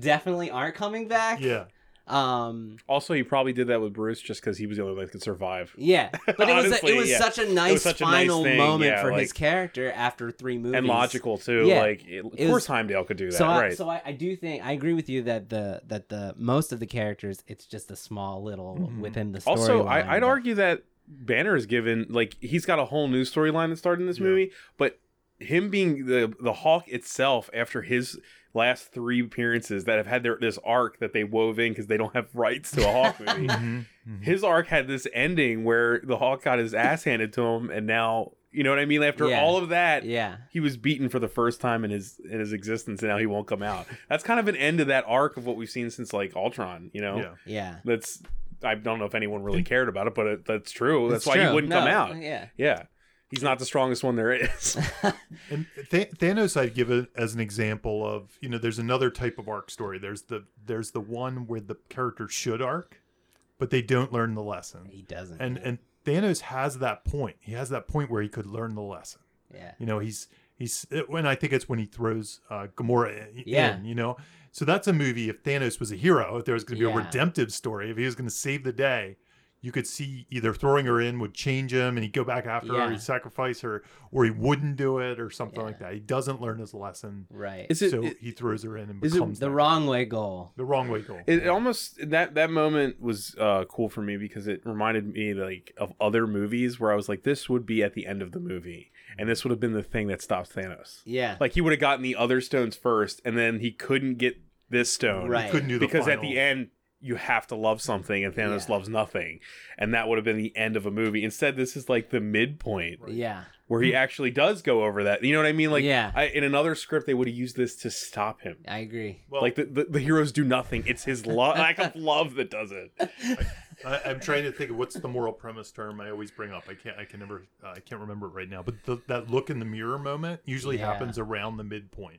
C: definitely aren't coming back [laughs]
D: Yeah.
C: um
B: Also, he probably did that with Bruce just because he was the only one that could survive. [laughs]
C: yeah but it was a,
B: Honestly,
C: it was
B: yeah.
C: such a nice
B: such a nice
C: final
B: thing,
C: moment
B: yeah,
C: for
B: like-
C: his character after three movies
B: And logical too.
C: Yeah.
B: Like, it- of
C: It was-
B: course, Heimdall could do that,
C: so I,
B: right?
C: so I, I do think I agree with you that the that the most of the characters it's just a small little
D: Mhm.
C: within the story.
B: Mm-hmm. also, I, I'd argue that Banner is given like he's got a whole new storyline that started in this
D: Yeah.
B: movie, but him being the the Hawk itself after his last three appearances that have had their this arc that they wove in because they don't have rights to a Hawk
D: [laughs]
B: movie.
D: Mm-hmm.
B: his arc had this ending where the Hawk got his ass handed to him, and now you know what I mean. After
C: Yeah.
B: all of that,
C: Yeah.
B: he was beaten for the first time in his in his existence, and now he won't come out. That's kind of an end to that arc of what we've seen since like Ultron. You know,
D: Yeah.
C: Yeah.
B: that's I don't know if anyone really cared about it, but it, that's true. That's
C: It's
B: why
C: true.
B: he wouldn't
C: No,
B: come out.
C: Yeah.
B: Yeah, he's not the strongest one there
C: [laughs]
B: is. [laughs]
D: And Th- Thanos, I'd give it as an example of you know, there's another type of arc story. There's the there's the one where the character should arc, but they don't learn the lesson.
C: He doesn't.
D: And
C: yeah.
D: and Thanos has that point. He has that point where he could learn the lesson.
C: yeah.
D: You know, he's he's when I think it's when he throws uh, Gamora in.
C: Yeah.
D: You know, so that's a movie. If Thanos was a hero, if there was going to be
C: Yeah.
D: a redemptive story, if he was going to save the day, you could see either throwing her in would change him, and he'd go back after her,
C: Yeah.
D: he'd sacrifice her, or he wouldn't do it, or something like
C: Yeah.
D: that. He doesn't learn his lesson,
C: Right.
B: Is it,
D: so
B: it,
D: he throws her in and
B: is it
D: becomes
C: the
D: that
C: wrong way goal.
D: the wrong way goal.
B: it almost that that moment was uh, cool for me because it reminded me like of other movies where I was like, this would be at the end of the movie, and this would have been the thing that stops Thanos.
C: Yeah.
B: Like he would have gotten the other stones first, and then he couldn't get this stone
C: Right.
D: Couldn't do the
B: because at
D: final-
B: the end you have to love something, and Thanos
C: Yeah.
B: loves nothing, and that would have been the end of a movie. Instead, this is like the midpoint
C: yeah.
B: where he actually does go over that. You know what I mean? Like,
C: Yeah.
B: I, in another script, they would have used this to stop him.
C: I agree.
D: Well,
B: like the, the, the heroes do nothing. It's his
C: [laughs]
B: lo- lack of love that does it.
D: I, I'm trying to think of what's the moral premise term I always bring up. I can't. I can never. Uh, I can't remember it right now. But the, that look in the mirror moment usually
C: Yeah.
D: happens around the midpoint,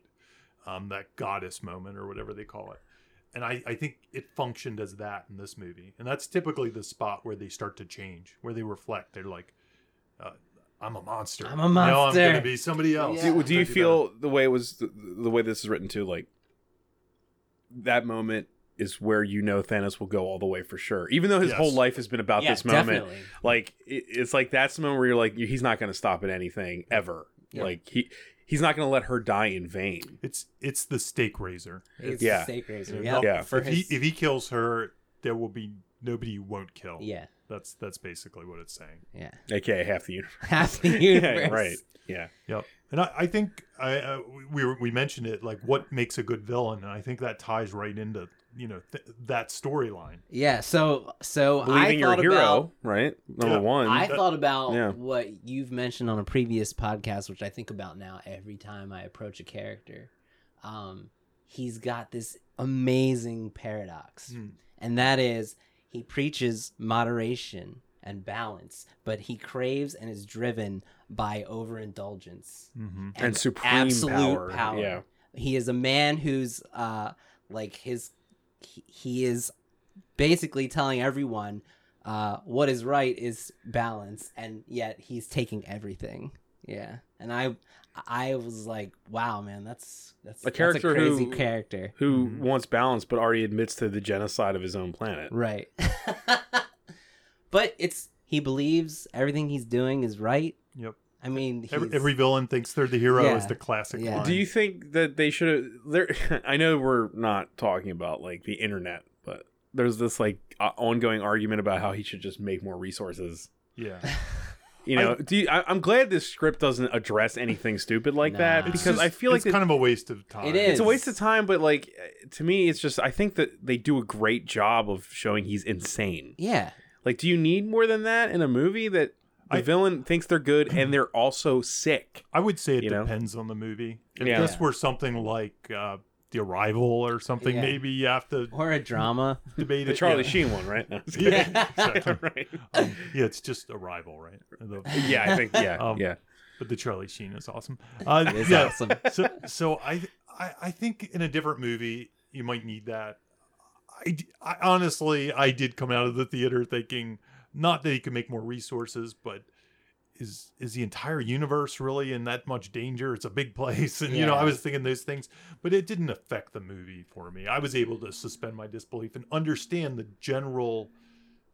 D: um, that goddess moment or whatever they call it. And I, I think it functioned as that in this movie. And that's typically the spot where they start to change, where they reflect. They're like, uh, "I'm a monster.
C: I'm a
D: Now I'm going
C: monster."
D: to be somebody else."
C: Yeah.
B: Do, do you
D: I'll do
B: feel the way it was the, the way this is written too? Like that moment is where you know Thanos will go all the way for sure. Even though his
D: Yes.
B: whole life has been about
C: yeah,
B: this moment,
C: definitely.
B: like it, it's like that's the moment where you're like he's not going to stop at anything ever.
C: Yeah.
B: Like he he's not going to let her die in vain.
D: It's it's the stake raiser.
C: It's
B: Yeah.
C: the stake raiser.
D: You
C: Yeah.
D: know,
B: Yeah.
C: For
D: if
C: his,
D: he oh. if he kills her, there will be nobody you won't kill.
C: yeah.
D: That's that's basically what it's saying.
C: Yeah. [laughs]
B: AKA half the universe.
C: Half the
B: Yeah,
C: universe.
B: right. Yeah.
D: Yep. And I, I think I uh, we were, we mentioned it like what makes a good villain, and I think that ties right into you know th- that storyline.
C: Yeah. So so I
B: Believing you're
C: thought
B: a hero,
C: about
B: right? Number
D: Yeah.
B: one.
C: I thought about
B: Yeah.
C: what you've mentioned on a previous podcast, which I think about now every time I approach a character. Um, he's got this amazing paradox,
D: Hmm.
C: and that is he preaches moderation and balance, but he craves and is driven by overindulgence
D: Mm-hmm.
B: and supreme power. Yeah.
C: he is a man who's uh like his he, he is basically telling everyone uh what is right is balance and yet he's taking everything yeah and i i was like wow man that's that's
B: A character
C: that's a crazy
B: who-
C: character
B: who
D: Mhm.
B: wants balance but already admits to the genocide of his own planet.
C: right [laughs] but it's he believes everything he's doing is right
D: Yep.
C: i mean he's,
D: Every, every villain thinks they're the hero
C: Yeah.
D: is the classic
C: Yeah.
D: line.
B: Do you think that they should have there [laughs] I know we're not talking about like the internet, but there's this like o- ongoing argument about how he should just make more resources. [laughs]
D: yeah.
B: You know, do you, I, I'm glad this script doesn't address anything stupid like that
C: Nah.
B: because
D: It's just-
B: I feel like
D: it's
B: that-
D: kind of a waste of time.
C: It is.
B: it's a waste of time. But like eh, to me, it's just I think that they do a great job of showing he's insane.
C: yeah
B: Like, do you need more than that in a movie that the
D: I-
B: villain thinks they're good and they're also sick?
D: I would say it
B: You know?
D: depends on the movie. If
B: Yeah.
D: this were something like uh, The Arrival or something,
C: Yeah.
D: maybe you have
C: [laughs]
D: to
C: or a drama
B: [laughs]
D: debate
B: The
D: it.
B: Charlie
D: yeah.
B: Sheen one, right? No,
D: [laughs]
B: [laughs]
D: Yeah,
C: [laughs]
D: exactly.
B: right.
D: Um, yeah, it's just Arrival, right? The-
B: Yeah, I think yeah,
D: Um,
B: yeah.
D: but the Charlie Sheen is awesome. Uh,
C: is
D: yeah,
C: awesome
D: so so I, I I think in a different movie you might need that. I, d- I- honestly I did come out of the theater thinking not that he could make more resources, but is is the entire universe really in that much danger? It's a big place, and you know I
C: Yeah.
D: was thinking those things, but it didn't affect the movie for me. I was able to suspend my disbelief and understand the general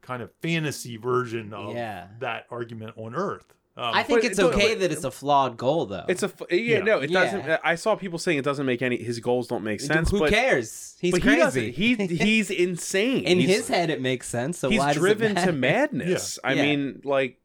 D: kind of fantasy version of
C: yeah
D: that argument on Earth. Um,
C: I think
B: But
C: it's
B: no,
C: okay
B: but-
C: that it's a flawed goal, though.
B: It's a f- uh, yeah,
D: Yeah.
B: no, it
C: Yeah.
B: doesn't. I saw people saying it doesn't make any. His goals don't make sense.
C: Who
B: but,
C: cares? He's
B: but he
C: crazy.
B: doesn't. He
C: [laughs]
B: he's insane.
C: in
B: he's,
C: his head it makes sense. So
B: he's [laughs]
C: why
B: driven
C: does it
B: to
C: matter?
B: madness. I
C: Yeah.
B: mean, like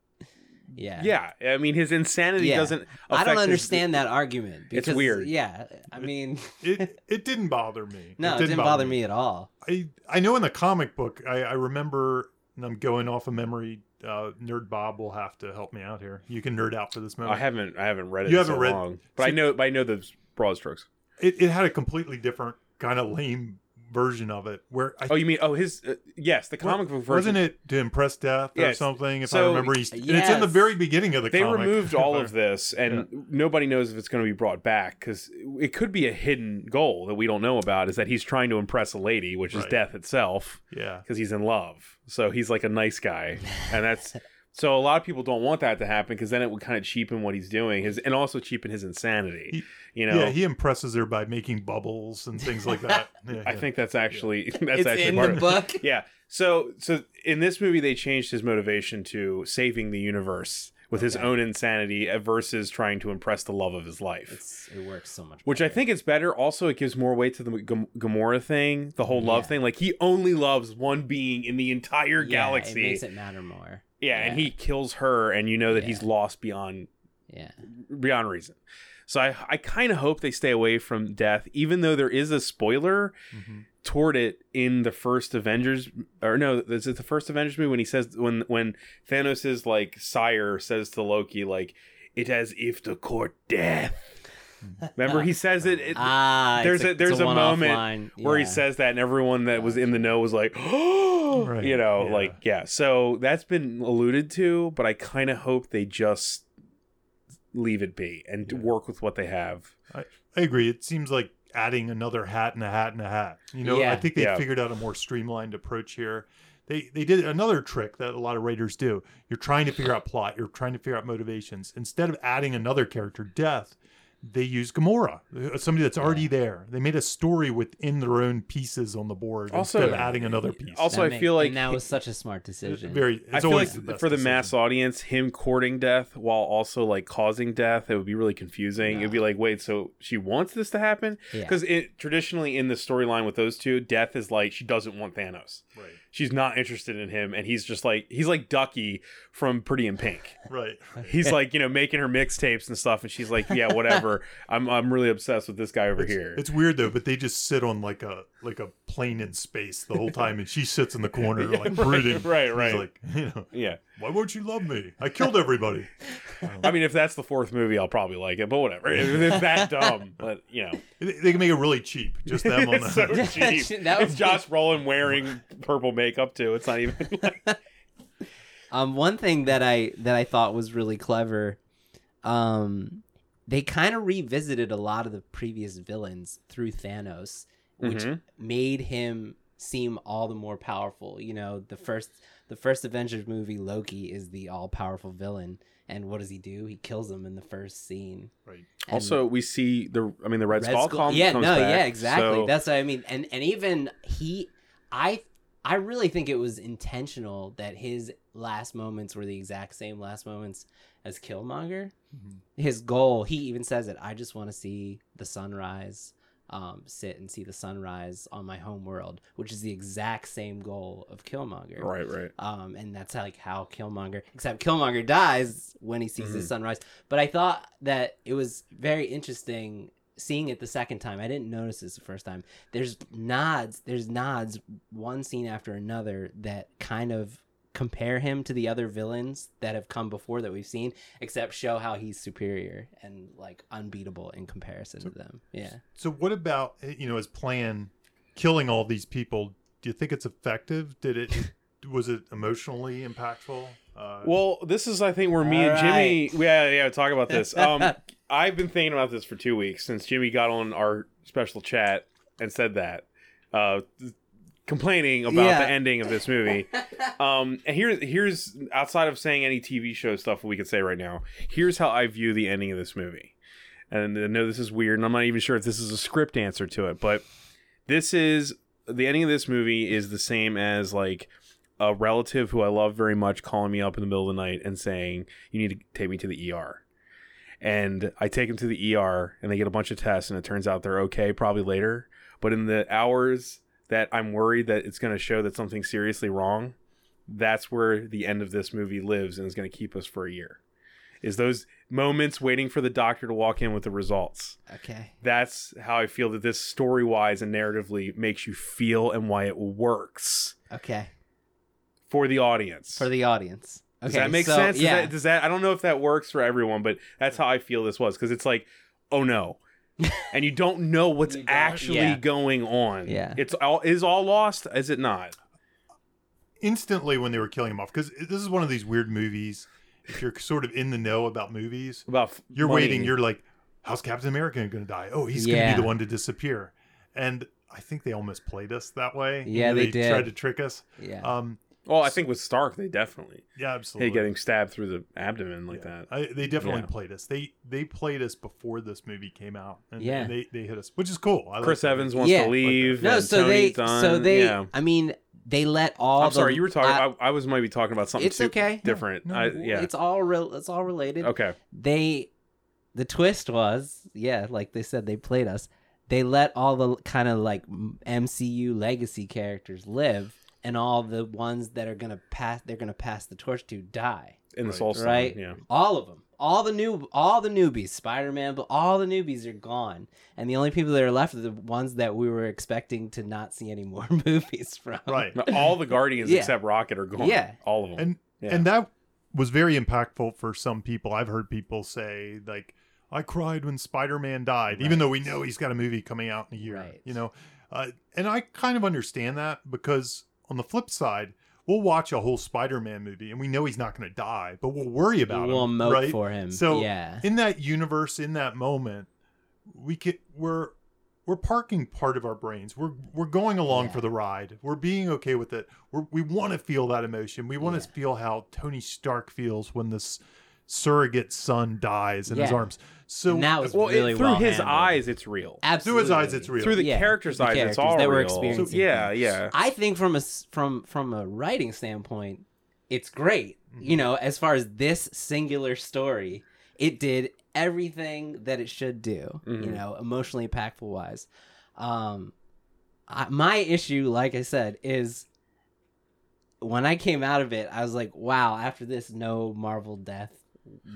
C: Yeah.
B: Yeah, I mean his insanity
C: Yeah.
B: doesn't.
C: I
B: affect
C: don't
B: his-
C: understand that argument.
B: It's
C: Because,
B: weird.
C: Yeah.
B: [laughs]
C: I mean,
D: It it didn't bother me.
C: no, it didn't, bother me. at all.
D: I I know in the comic book, I, I remember, and I'm going off of memory. Uh, Nerd Bob will have to help me out here. You can nerd out for this moment.
B: I haven't. I haven't read it.
D: You
B: in so
D: haven't read-
B: long, but I
D: so-
B: know. But I know the broad strokes.
D: it, it had a completely different kind of lame version of it where I
B: Oh, you mean? Oh, his. Uh, yes, the comic book version.
D: wasn't it to impress death or
B: Yes.
D: something? If I
B: So-
D: remember, he's, and it's in the
C: Yes.
D: very beginning of the.
B: they
D: comic. [laughs]
B: removed all of this, and nobody knows if it's going to be brought back because it could be a hidden goal that we don't know about. Is that he's trying to impress a lady, which is
D: Right.
B: death itself,
D: Yeah,
B: because he's in love. So he's like a nice guy, and
D: [laughs]
B: that's. So a lot of people don't want that to happen because then it would kind of cheapen what he's doing, his and also cheapen his insanity.
D: He-
B: you know,
D: yeah. He impresses her by making bubbles and things like that. Yeah,
B: [laughs] I
D: yeah.
B: think that's actually [laughs] that's
C: It's
B: actually
C: in
B: part
C: the
B: of it.
C: book.
B: Yeah. So so in this movie they changed his motivation to saving the universe with his
C: Okay.
B: own insanity versus trying to impress the love of his life.
C: [laughs] It's, it works so much.
B: which I
C: better.
B: think is better. Also, it gives more weight to the Gam- Gamora thing, the whole love
C: Yeah.
B: thing. Like he only loves one being in the entire
C: Yeah,
B: galaxy.
C: It makes it matter more.
B: yeah, and he kills her, and you know that he's
C: Yeah.
B: lost beyond
C: Yeah.
B: beyond reason. So I I kind of hope they stay away from death, even though there is a spoiler
D: Mhm.
B: toward it in the first Avengers or no, is it the first Avengers movie when he says when when Thanos' like sire says to Loki like it as if to court death. Remember he says it, it
C: Ah,
B: there's
C: it's
B: a-
C: it's
B: there's a
C: one-off
B: moment
C: line.
B: where he
C: Yeah.
B: says that and everyone that was in the know was like [gasps] oh
D: Right,
B: you know
D: yeah.
B: like yeah so that's been alluded to but i kind of hope they just leave it be and
D: Yeah.
B: work with what they have
D: I agree. It seems like adding another hat and a hat and a hat. You know, I
C: Yeah.
D: think they
B: Yeah.
D: figured out a more streamlined approach here. They they did another trick that a lot of writers do. You're trying to figure out plot. You're trying to figure out motivations. Instead of adding another character, death, they use Gamora, uh, somebody that's already there. They made a story within their own pieces on the board
B: Also-
D: instead of adding another piece.
B: Also,
C: That
B: I
C: make-
B: feel like
C: and that
B: he-
C: was such
B: [laughs]
C: a smart
D: It's
C: decision.
D: very. It's
B: i feel
D: always
B: like
D: the best
B: for the
D: decision.
B: mass audience him courting death while also like causing death it would be really confusing it'd be like wait so she wants this to happen
C: Yeah.
B: because it traditionally in the storyline with those two death is like she doesn't want thanos
D: Right.
B: she's not interested in him and he's just like he's like ducky from pretty in pink [laughs]
D: Right. [laughs]
B: he's like you know making her mixtapes and stuff and she's like yeah whatever i'm i'm really obsessed with this guy over here
D: It's weird though, but they just sit on like a like a plane in space the whole time, and she sits in the corner
B: [laughs] Yeah,
D: like
B: right,
D: brooding.
B: right,
D: He's
B: right.
D: like you know, [laughs]
B: yeah
D: why won't you love me? I killed everybody.
B: i mean if that's the fourth movie i'll probably like it but whatever [laughs] it's that dumb but you know
D: they they can make it really cheap. Just
B: [laughs]
D: them on
B: it's so
D: the.
B: cheap
C: [laughs] That
B: it's
C: would be-
B: josh brolin wearing purple makeup too it's not even
C: Um, one thing that I that I thought was really clever, um, they kind of revisited a lot of the previous villains through Thanos, which
B: Mhm.
C: made him seem all the more powerful. You know, the first the first Avengers movie, Loki is the all powerful villain, and what does he do? He kills him in the first scene.
D: Right.
B: [laughs]
C: And
B: also we see the i mean the red,
C: Red
B: skull,
C: Skull-
B: com-
C: yeah,
B: comes
C: no,
B: back,
C: yeah, exactly.
B: so-
C: That's what I mean. And and even he, I, I really think it was intentional that his last moments were the exact same last moments as Killmonger.
B: Mm-hmm.
C: His goal, he even says it. I just want to see the sunrise. Um, sit and see the sunrise on my home world, which is the exact same goal of Killmonger.
B: right right
C: Um, and that's like how Killmonger, except Killmonger dies when he sees the
B: Mhm.
C: sunrise. But I thought that it was very interesting seeing it the second time. I didn't notice this the first time. There's nods, there's nods, one scene after another that kind of compare him to the other villains that have come before that we've seen, except show how he's superior and like unbeatable in comparison to them. Yeah.
D: So what about you know his plan, killing all these people? Do you think it's effective? Did it? was it emotionally impactful? Uh,
B: Well, this is I think where me and
C: All
B: Jimmy yeah yeah talk about
C: [laughs]
B: this. Um, I've been thinking about this for two weeks since Jimmy got on our special chat and said that, uh, complaining about
C: Yeah.
B: the ending of this movie. um, and here's here's outside of saying any TV show stuff we could say right now. Here's how I view the ending of this movie, and I know this is weird, and I'm not even sure if this is a script answer to it, but this is the ending of this movie is the same as like a relative who I love very much calling me up in the middle of the night and saying, "You need to take me to the ER." And I take them to the ER, and they get a bunch of tests, and it turns out they're okay, probably later. But in the hours that I'm worried that it's going to show that something's seriously wrong, that's where the end of this movie lives and is going to keep us for a year. Is those moments waiting for the doctor to walk in with the results.
C: Okay.
B: That's how I feel that this story wise and narratively makes you feel and why it works
C: Okay.
B: for the audience.
C: For the audience. Okay.
B: does that make
C: so,
B: sense? Does
C: Yeah.
B: that, does that? I don't know if that works for everyone, but that's how I feel this was because it's like, oh
C: [laughs]
B: no, and you don't know
D: Oh
B: what's
C: You don't-
B: actually
C: yeah.
B: going on.
C: Yeah.
B: it's all is all lost. Is it not?
D: instantly when they were killing him off because this is one of these weird movies. If you're sort of in the know about movies,
B: About f-
D: you're
B: money.
D: waiting. You're like, how's Captain America going to die? Oh, he's going
C: Yeah.
D: to be the one to disappear. And I think they almost played us that way.
C: Yeah,
D: You know,
C: they
D: they
C: did.
D: tried to trick us.
C: yeah.
D: Um,
B: Well, I think with Stark, they definitely
D: yeah, absolutely.
B: hey getting stabbed through the abdomen like
D: Yeah.
B: that.
D: I, they definitely
B: Yeah.
D: played us. They they played us before this movie came out. And,
C: Yeah.
D: and they they hit us, which is cool. I like
B: Chris
D: that.
B: Evans wants
C: Yeah.
B: to leave.
C: no,
B: and
C: so
B: Tony's
C: they,
B: done.
C: so they,
B: Yeah.
C: I mean, they let all.
B: I'm
C: the-
B: sorry, you were talking.
C: I-
B: I, I was maybe talking about something.
C: It's
B: too
C: okay.
B: Different.
D: No,
B: I,
D: no,
B: yeah.
C: It's all real. It's all related.
B: okay.
C: They, the twist was, yeah, like they said, they played us. They let all the kind of like m- MCU legacy characters live, and all the ones that are gonna pass, they're gonna pass the torch to die.
B: In the
D: Right.
B: soul stone.
C: Right.
B: Yeah.
C: All of them. All the new, all the newbies, Spider Man, but all the newbies are gone, and the only people that are left are the ones that we were expecting to not see any more [laughs] movies from.
D: Right.
B: No, All the Guardians
C: Yeah.
B: except Rocket are gone.
C: Yeah.
B: All of them.
D: And
B: Yeah.
D: and that was very impactful for some people. I've heard people say like I cried when Spider-Man died, even though we know he's got a movie coming out in a year.
C: Right.
D: You know, uh, and I kind of understand that because on the flip side, we'll watch a whole Spider-Man movie and we know he's not going to die, but we'll worry about
C: we'll
D: him,
C: moat
D: right?
C: for him.
D: So,
C: yeah,
D: in that universe, in that moment, we could we're we're parking part of our brains. We're we're going along
C: Yeah.
D: for the ride. We're being okay with it. We're, we want to feel that emotion. We want to
C: Yeah.
D: feel how Tony Stark feels when this surrogate son dies in his
C: Yeah.
D: arms. So
C: and that was
B: well, it-
C: really
B: through
C: well
B: his
C: handled.
B: eyes, it's real.
C: Absolutely.
D: Through his eyes, it's real.
B: Through the
C: Yeah,
B: characters'
C: the
B: eyes, it's
C: characters,
B: all
C: they were
B: real.
C: experiencing
B: So, yeah. Yeah.
C: I think from a s- from from a writing standpoint, it's great.
D: Mhm.
C: You know, as far as this singular story, it did everything that it should do. You
D: Mm-hmm.
B: Mhm.
C: know, emotionally impactful wise. Um, I, my issue, like I said, is when I came out of it, I was like, wow. After this, no Marvel death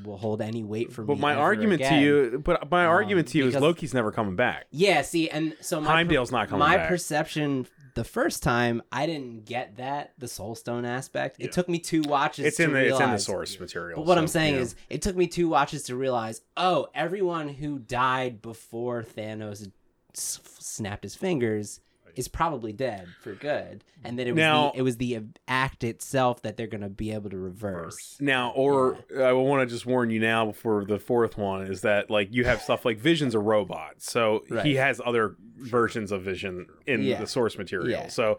C: will hold any weight for me.
B: But my
C: ever
B: argument to
C: again.
B: you, but my
C: Um,
B: argument to you is
C: because-
B: Loki's never coming back.
C: Yeah, see, and so my per-
B: Heimdall's not coming
C: my
B: back.
C: perception the first time I didn't get that the soul stone aspect. It
D: Yeah.
C: took me two watches.
B: it's
C: to
B: in the it's in the
C: realize-
B: source material.
C: But what I'm
B: so,
C: saying
B: yeah.
C: is, it took me two watches to realize. Oh, everyone who died before Thanos s- snapped his fingers is probably dead for good, and that it was
B: Now-
C: the, it was the act itself that they're going to be able to reverse.
B: Now, or I want to just warn you now before the fourth one is that like you have stuff like Vision's a robot, so
C: Right.
B: he has other versions of Vision in
C: Yeah.
B: the source material.
C: Yeah.
B: So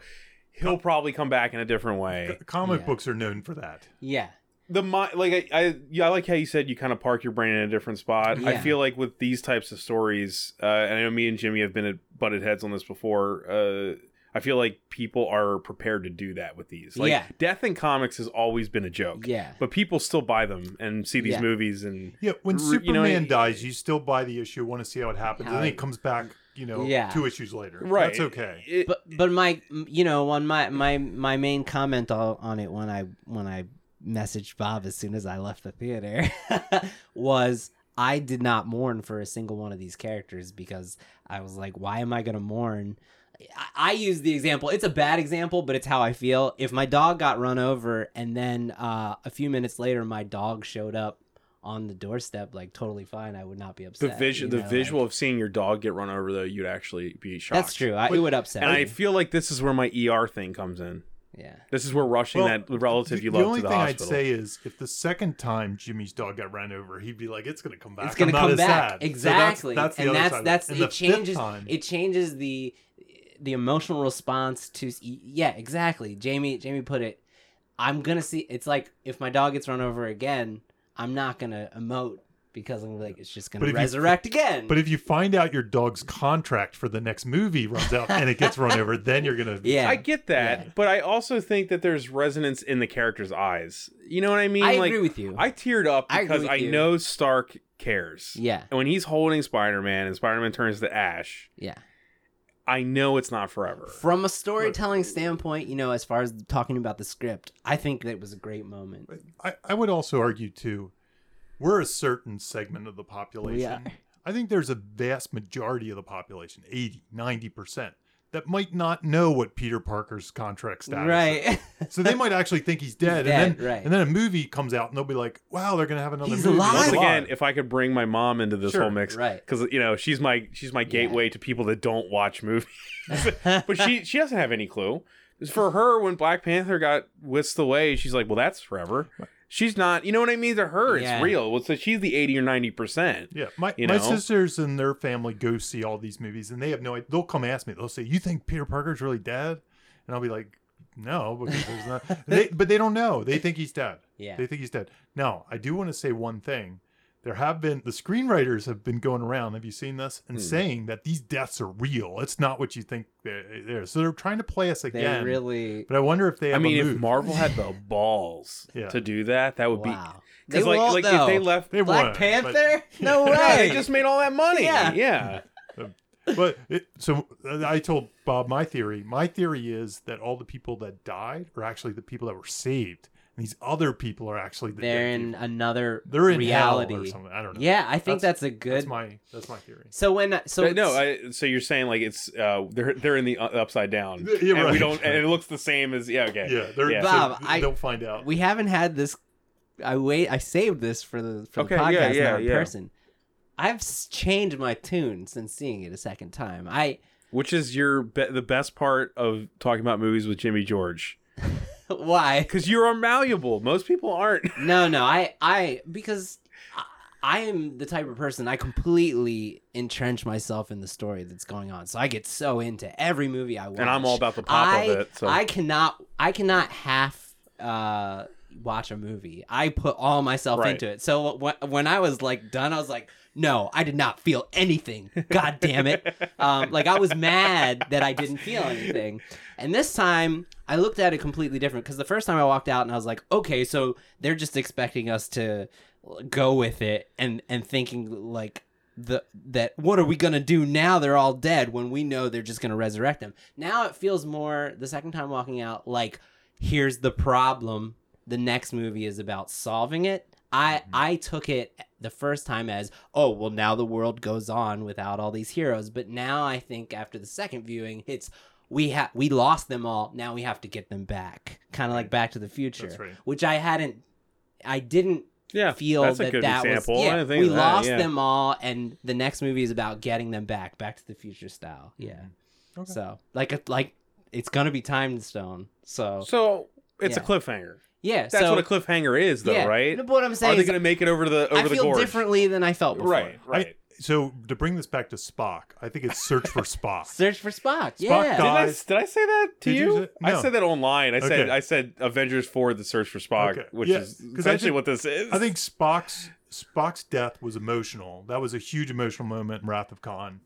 B: he'll probably come back in a different way.
D: c- comic
C: Yeah.
D: books are known for that.
C: Yeah,
B: The mi- like I, I yeah I like how you said you kind of park your brain in a different spot. I
C: Yeah.
B: feel like with these types of stories, uh, and I know me and Jimmy have been at butted heads on this before. Uh, I feel like people are prepared to do that with these. Like
C: Yeah.
B: death in comics has always been a joke.
C: yeah,
B: But people still buy them and see these
C: Yeah.
B: movies and
D: Yeah, when
B: R- you know,
D: Superman
B: it-
D: dies, you still buy the issue, want to see how it happens,
C: How
D: and then
C: it-
D: he comes back, you know,
C: Yeah.
D: two issues later.
B: right
D: That's okay.
B: It-
C: but but my you know on my my my main comment all, on it when I when I messaged Bob as soon as I left the theater [laughs] was I did not mourn for a single one of these characters because I was like why am I going to mourn I, I use the example it's a bad example but it's how I feel if my dog got run over and then uh, a few minutes later my dog showed up on the doorstep like totally fine I would not be
B: the
C: upset
B: visual
C: you
B: the
C: know,
B: visual
C: like-
B: of seeing your dog get run over though you'd actually be shocked
C: that's true I, it would upset
B: and
C: me.
B: i feel like this is where my er thing comes in
C: yeah
B: this is where rushing
D: Well,
B: that relative you
D: the
B: love
D: only
B: to the
D: thing
B: hospital
D: I'd say is if the second time Jimmy's dog got ran over, he'd be like, "It's going to come back.
C: It's gonna
D: I'm not
C: come
D: as
C: back
D: sad." So
C: exactly,
D: that's, that's the
C: and
D: other
C: that's
D: side of
C: that's
D: it.
C: it,
D: And the fifth
C: changes
D: time-
C: it changes the the emotional response to yeah exactly. Jamie Jamie put it. I'm gonna see. It's like if my dog gets run over again, I'm not gonna emote because I'm gonna be like it's just gonna
D: But if you-
C: resurrect again.
D: But if you find out your dog's contract for the next movie runs out and it gets
C: [laughs]
D: run over, then you're gonna.
C: yeah,
B: i get that
C: Yeah.
B: but i also think that there's resonance in the character's eyes you know what i mean
C: I
B: like
C: agree with you.
B: i teared up
C: I agree
B: because
C: with
B: i,
C: you.
B: know stark cares
C: yeah,
B: and when he's holding spider-man and spider-man turns to ash
C: yeah,
B: I know it's not forever.
C: From a storytelling standpoint, you know, as far as talking about the script, I think that was a great moment.
D: I, I would also argue too, we're a certain segment of the population.
C: are.
D: I think there's a vast majority of the population, 80, 90%, that might not know what Peter Parker's contract status is.
C: Right.
D: So they might actually think he's dead. and
C: Dead,
D: then
C: right.
D: and then a movie comes out and they'll be like, wow, they're going to have another
C: He's
D: movie.
C: alive.
B: Once
C: Once
B: again, if I could bring my mom into this
D: Sure,
B: whole mix,
C: right.
B: Because you know she's my she's my gateway to people that don't watch
C: [laughs]
B: movies, [laughs] but she she doesn't have any clue. For her, when Black Panther got whisked away, she's like, "Well, that's forever." She's not, you know what I mean. To her,
C: Yeah.
B: it's real. Well, so she's the eighty or ninety percent.
D: Yeah, my,
B: You
D: my
B: know?
D: sisters and their family go see all these movies, and they have no. idea. They'll come ask me. They'll say, "You think Peter Parker's really dead?" And I'll be like, "No," because
C: [laughs]
D: there's not. they, but they don't know. They think he's dead.
C: Yeah.
D: They think he's dead. Now, I do want to say one thing. There have been the screenwriters have been going around. Have you seen this?
C: Hmm.
D: And saying that these deaths are real. It's not what you think they're. they're. So they're trying to play
C: [laughs]
D: us
C: They
D: again.
C: really.
D: But I wonder if they.
B: I
D: Have
B: mean,
D: a
B: if
D: move.
B: Marvel had
C: [laughs]
B: the balls
D: Yeah.
B: to do that, that would
C: Wow.
B: be because
C: They
B: like
C: won't,
B: like
C: though.
B: if they left,
D: they
C: Black
D: won,
C: Panther? [laughs]
D: but-
C: No
D: [laughs]
C: way.
B: yeah, they just made all that money.
C: Yeah.
B: yeah.
D: but it, so uh, I told Bob my theory. My theory is that all the people that died are actually the people that were saved, and these other people are actually the
C: they're
D: dead
C: in
D: people.
C: another
D: they're in hell
C: reality.
D: or something. I don't know.
C: yeah, I think that's, a
D: that's
C: good.
D: my that's my theory.
C: so when so
B: But no,
C: it's-
B: I, so you're saying like it's uh they're they're in the u- upside down.
D: Yeah,
B: and we
D: right.
B: don't and it looks the same as yeah okay.
D: Yeah, they're,
B: Yeah.
D: so
C: Bob, I-
D: don't find out.
C: we haven't had this. I wait. I saved this for the for
B: Okay,
C: the
B: yeah,
C: podcast
B: yeah,
C: now in
B: yeah.
C: person. I've s- changed my tune since seeing it a second time. I [laughs]
B: Which is your be- the best part of talking about movies with Jimmy George
C: why
B: because you are malleable. Most people aren't. [laughs]
C: no no I I because I, I am the type of person I completely entrench myself in the story that's going on. So I get so into every movie I watch,
B: And I'm all about the pop
C: I,
B: of it. So
C: I cannot I cannot half uh watch a movie. I put all myself
B: Right.
C: into it. So when, when I was like done, I was like, no, I did not feel anything. God damn it. Um, like I was mad that I didn't feel anything. And this time I looked at it completely different because the first time I walked out and I was like, okay, so they're just expecting us to go with it and and thinking like the that what are we gonna do now they're all dead when we know they're just gonna resurrect them now it feels more the second time walking out like here's the problem the next movie is about solving it i
B: Mm-hmm.
C: i took it the first time as oh well now the world goes on without all these heroes but now i think after the second viewing it's we have we lost them all now we have to get them back kind of like back to the future
D: That's right.
C: which i hadn't i didn't
B: yeah,
C: feel
B: that's
C: that
B: a good
C: that
B: example.
C: was
B: I
C: yeah,
B: didn't think
C: we
B: of that,
C: lost
B: yeah.
C: them all and the next movie is about getting them back back to the future style yeah
B: Mm-hmm.
D: Okay.
C: so like a, like it's gonna be time stone so
B: So it's a
C: Yeah.
B: cliffhanger.
C: yeah
B: That's
C: so
B: what a cliffhanger is, though,
C: yeah.
B: right?
C: No, but what i'm
B: Are
C: saying
B: they
C: is
B: going to make it over to the over
C: i
B: the
C: feel
B: gorge?
C: differently than i felt before
B: Right, right.
D: So to bring this back to Spock, I think it's
C: [laughs]
D: search for Spock.
C: search for spock
D: Spock
C: yeah
D: got-
B: Did I,
D: Guys-
B: did I say that to
D: Did
B: you?
D: you say-
B: I
D: No.
B: said that online. I said
D: Okay.
B: I said Avengers Four: The Search for Spock,
D: Okay.
B: which
D: Yeah,
B: is
D: 'cause I
B: essentially
D: think-
B: what this is.
D: I think Spock's Spock's death was emotional. That was a huge emotional moment in Wrath of Khan.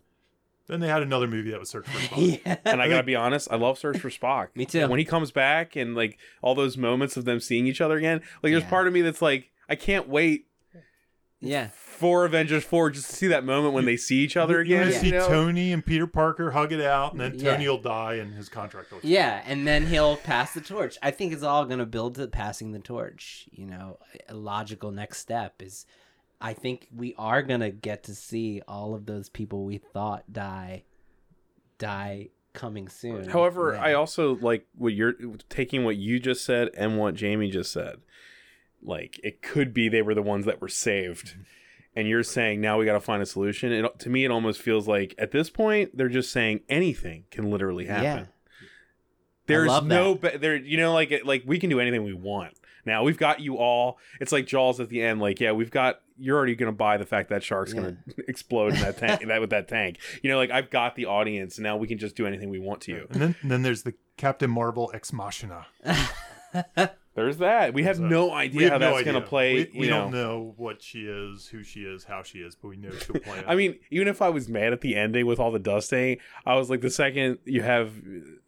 D: Then they had another movie that was
C: [laughs]
D: Search for Spock.
C: [laughs] yeah
B: and I gotta be honest, I love Search for Spock.
C: Me too.
B: When he comes back and like all those moments of them seeing each other again, like there's
C: Yeah.
B: part of me that's like, I can't wait
C: yeah
B: for Avengers Four just to see that moment when they see each other
D: You're
B: again.
D: gonna see
B: you know?
D: Tony and Peter Parker hug it out, and then
C: Yeah.
D: Tony will die, and his contract will.
C: Yeah, and then he'll pass the torch. I think it's all going to build to passing the torch. You know, a logical next step is I think we are going to get to see all of those people we thought die die coming soon.
B: However,
C: Yeah.
B: I also like what you're taking what you just said and what Jamie just said. Like it could be they were the ones that were saved. And you're saying now we got to find a solution. It, to me, it almost feels like at this point they're just saying anything can literally happen.
C: Yeah.
B: There's
C: love
B: no be- there. You know, like it- like we can do anything we want. Now we've got you all. It's like Jaws at the end. Like yeah, we've got. You're already gonna buy the fact that shark's gonna [laughs] explode in that tank. that with that tank. You know, like I've got the audience. Now we can just do anything we want to you.
D: And then, and then there's the Captain Marvel ex machina.
B: There's that. We have
D: There's that.
B: no idea how that's gonna play.
D: We, we
B: you know.
D: don't know what she is, who she is, how she is, but we know she'll
B: [laughs]
D: play. it.
B: I mean, even if I was mad at the ending with all the dusting, I was like, the second you have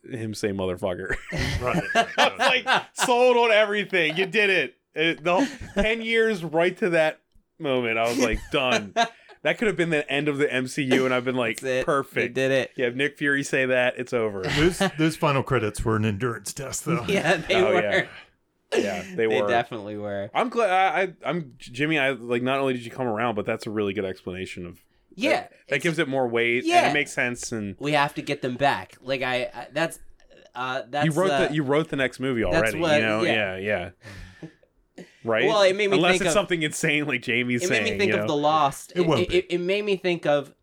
B: him say "motherfucker,"
D: right,
B: [laughs]
D: right, right.
B: like sold on everything. Uh, You did it. It- the whole- Ten years right to that moment, I was like, done. That could have been the end of the MCU, and I've been like,
C: That's it.
B: perfect.
C: They did it.
B: You have Nick Fury say that, it's over.
D: Those those final credits were an endurance test, though.
C: [laughs] Yeah, they
B: Oh,
C: were.
B: yeah. Yeah, they were.
C: definitely were.
B: I'm glad. I, I, I'm Jimmy. I like. Not only did you come around, but that's a really good explanation of.
C: Yeah,
B: that, that gives it more weight. and
C: Yeah.
B: it makes sense. And
C: we have to get them back. Like I, I that's uh that's
B: you wrote
C: uh,
B: the you wrote the next movie
C: that's
B: already.
C: what-
B: you know, yeah,
C: yeah.
B: yeah.
C: [laughs]
B: right.
C: Well, it made me
B: unless
C: think
B: it's
C: of-
B: something insane like Jamie's
C: it
B: saying.
C: made me think
B: you
C: of the
B: know?
C: lost.
D: It won't
C: it,
D: be.
C: it made me think of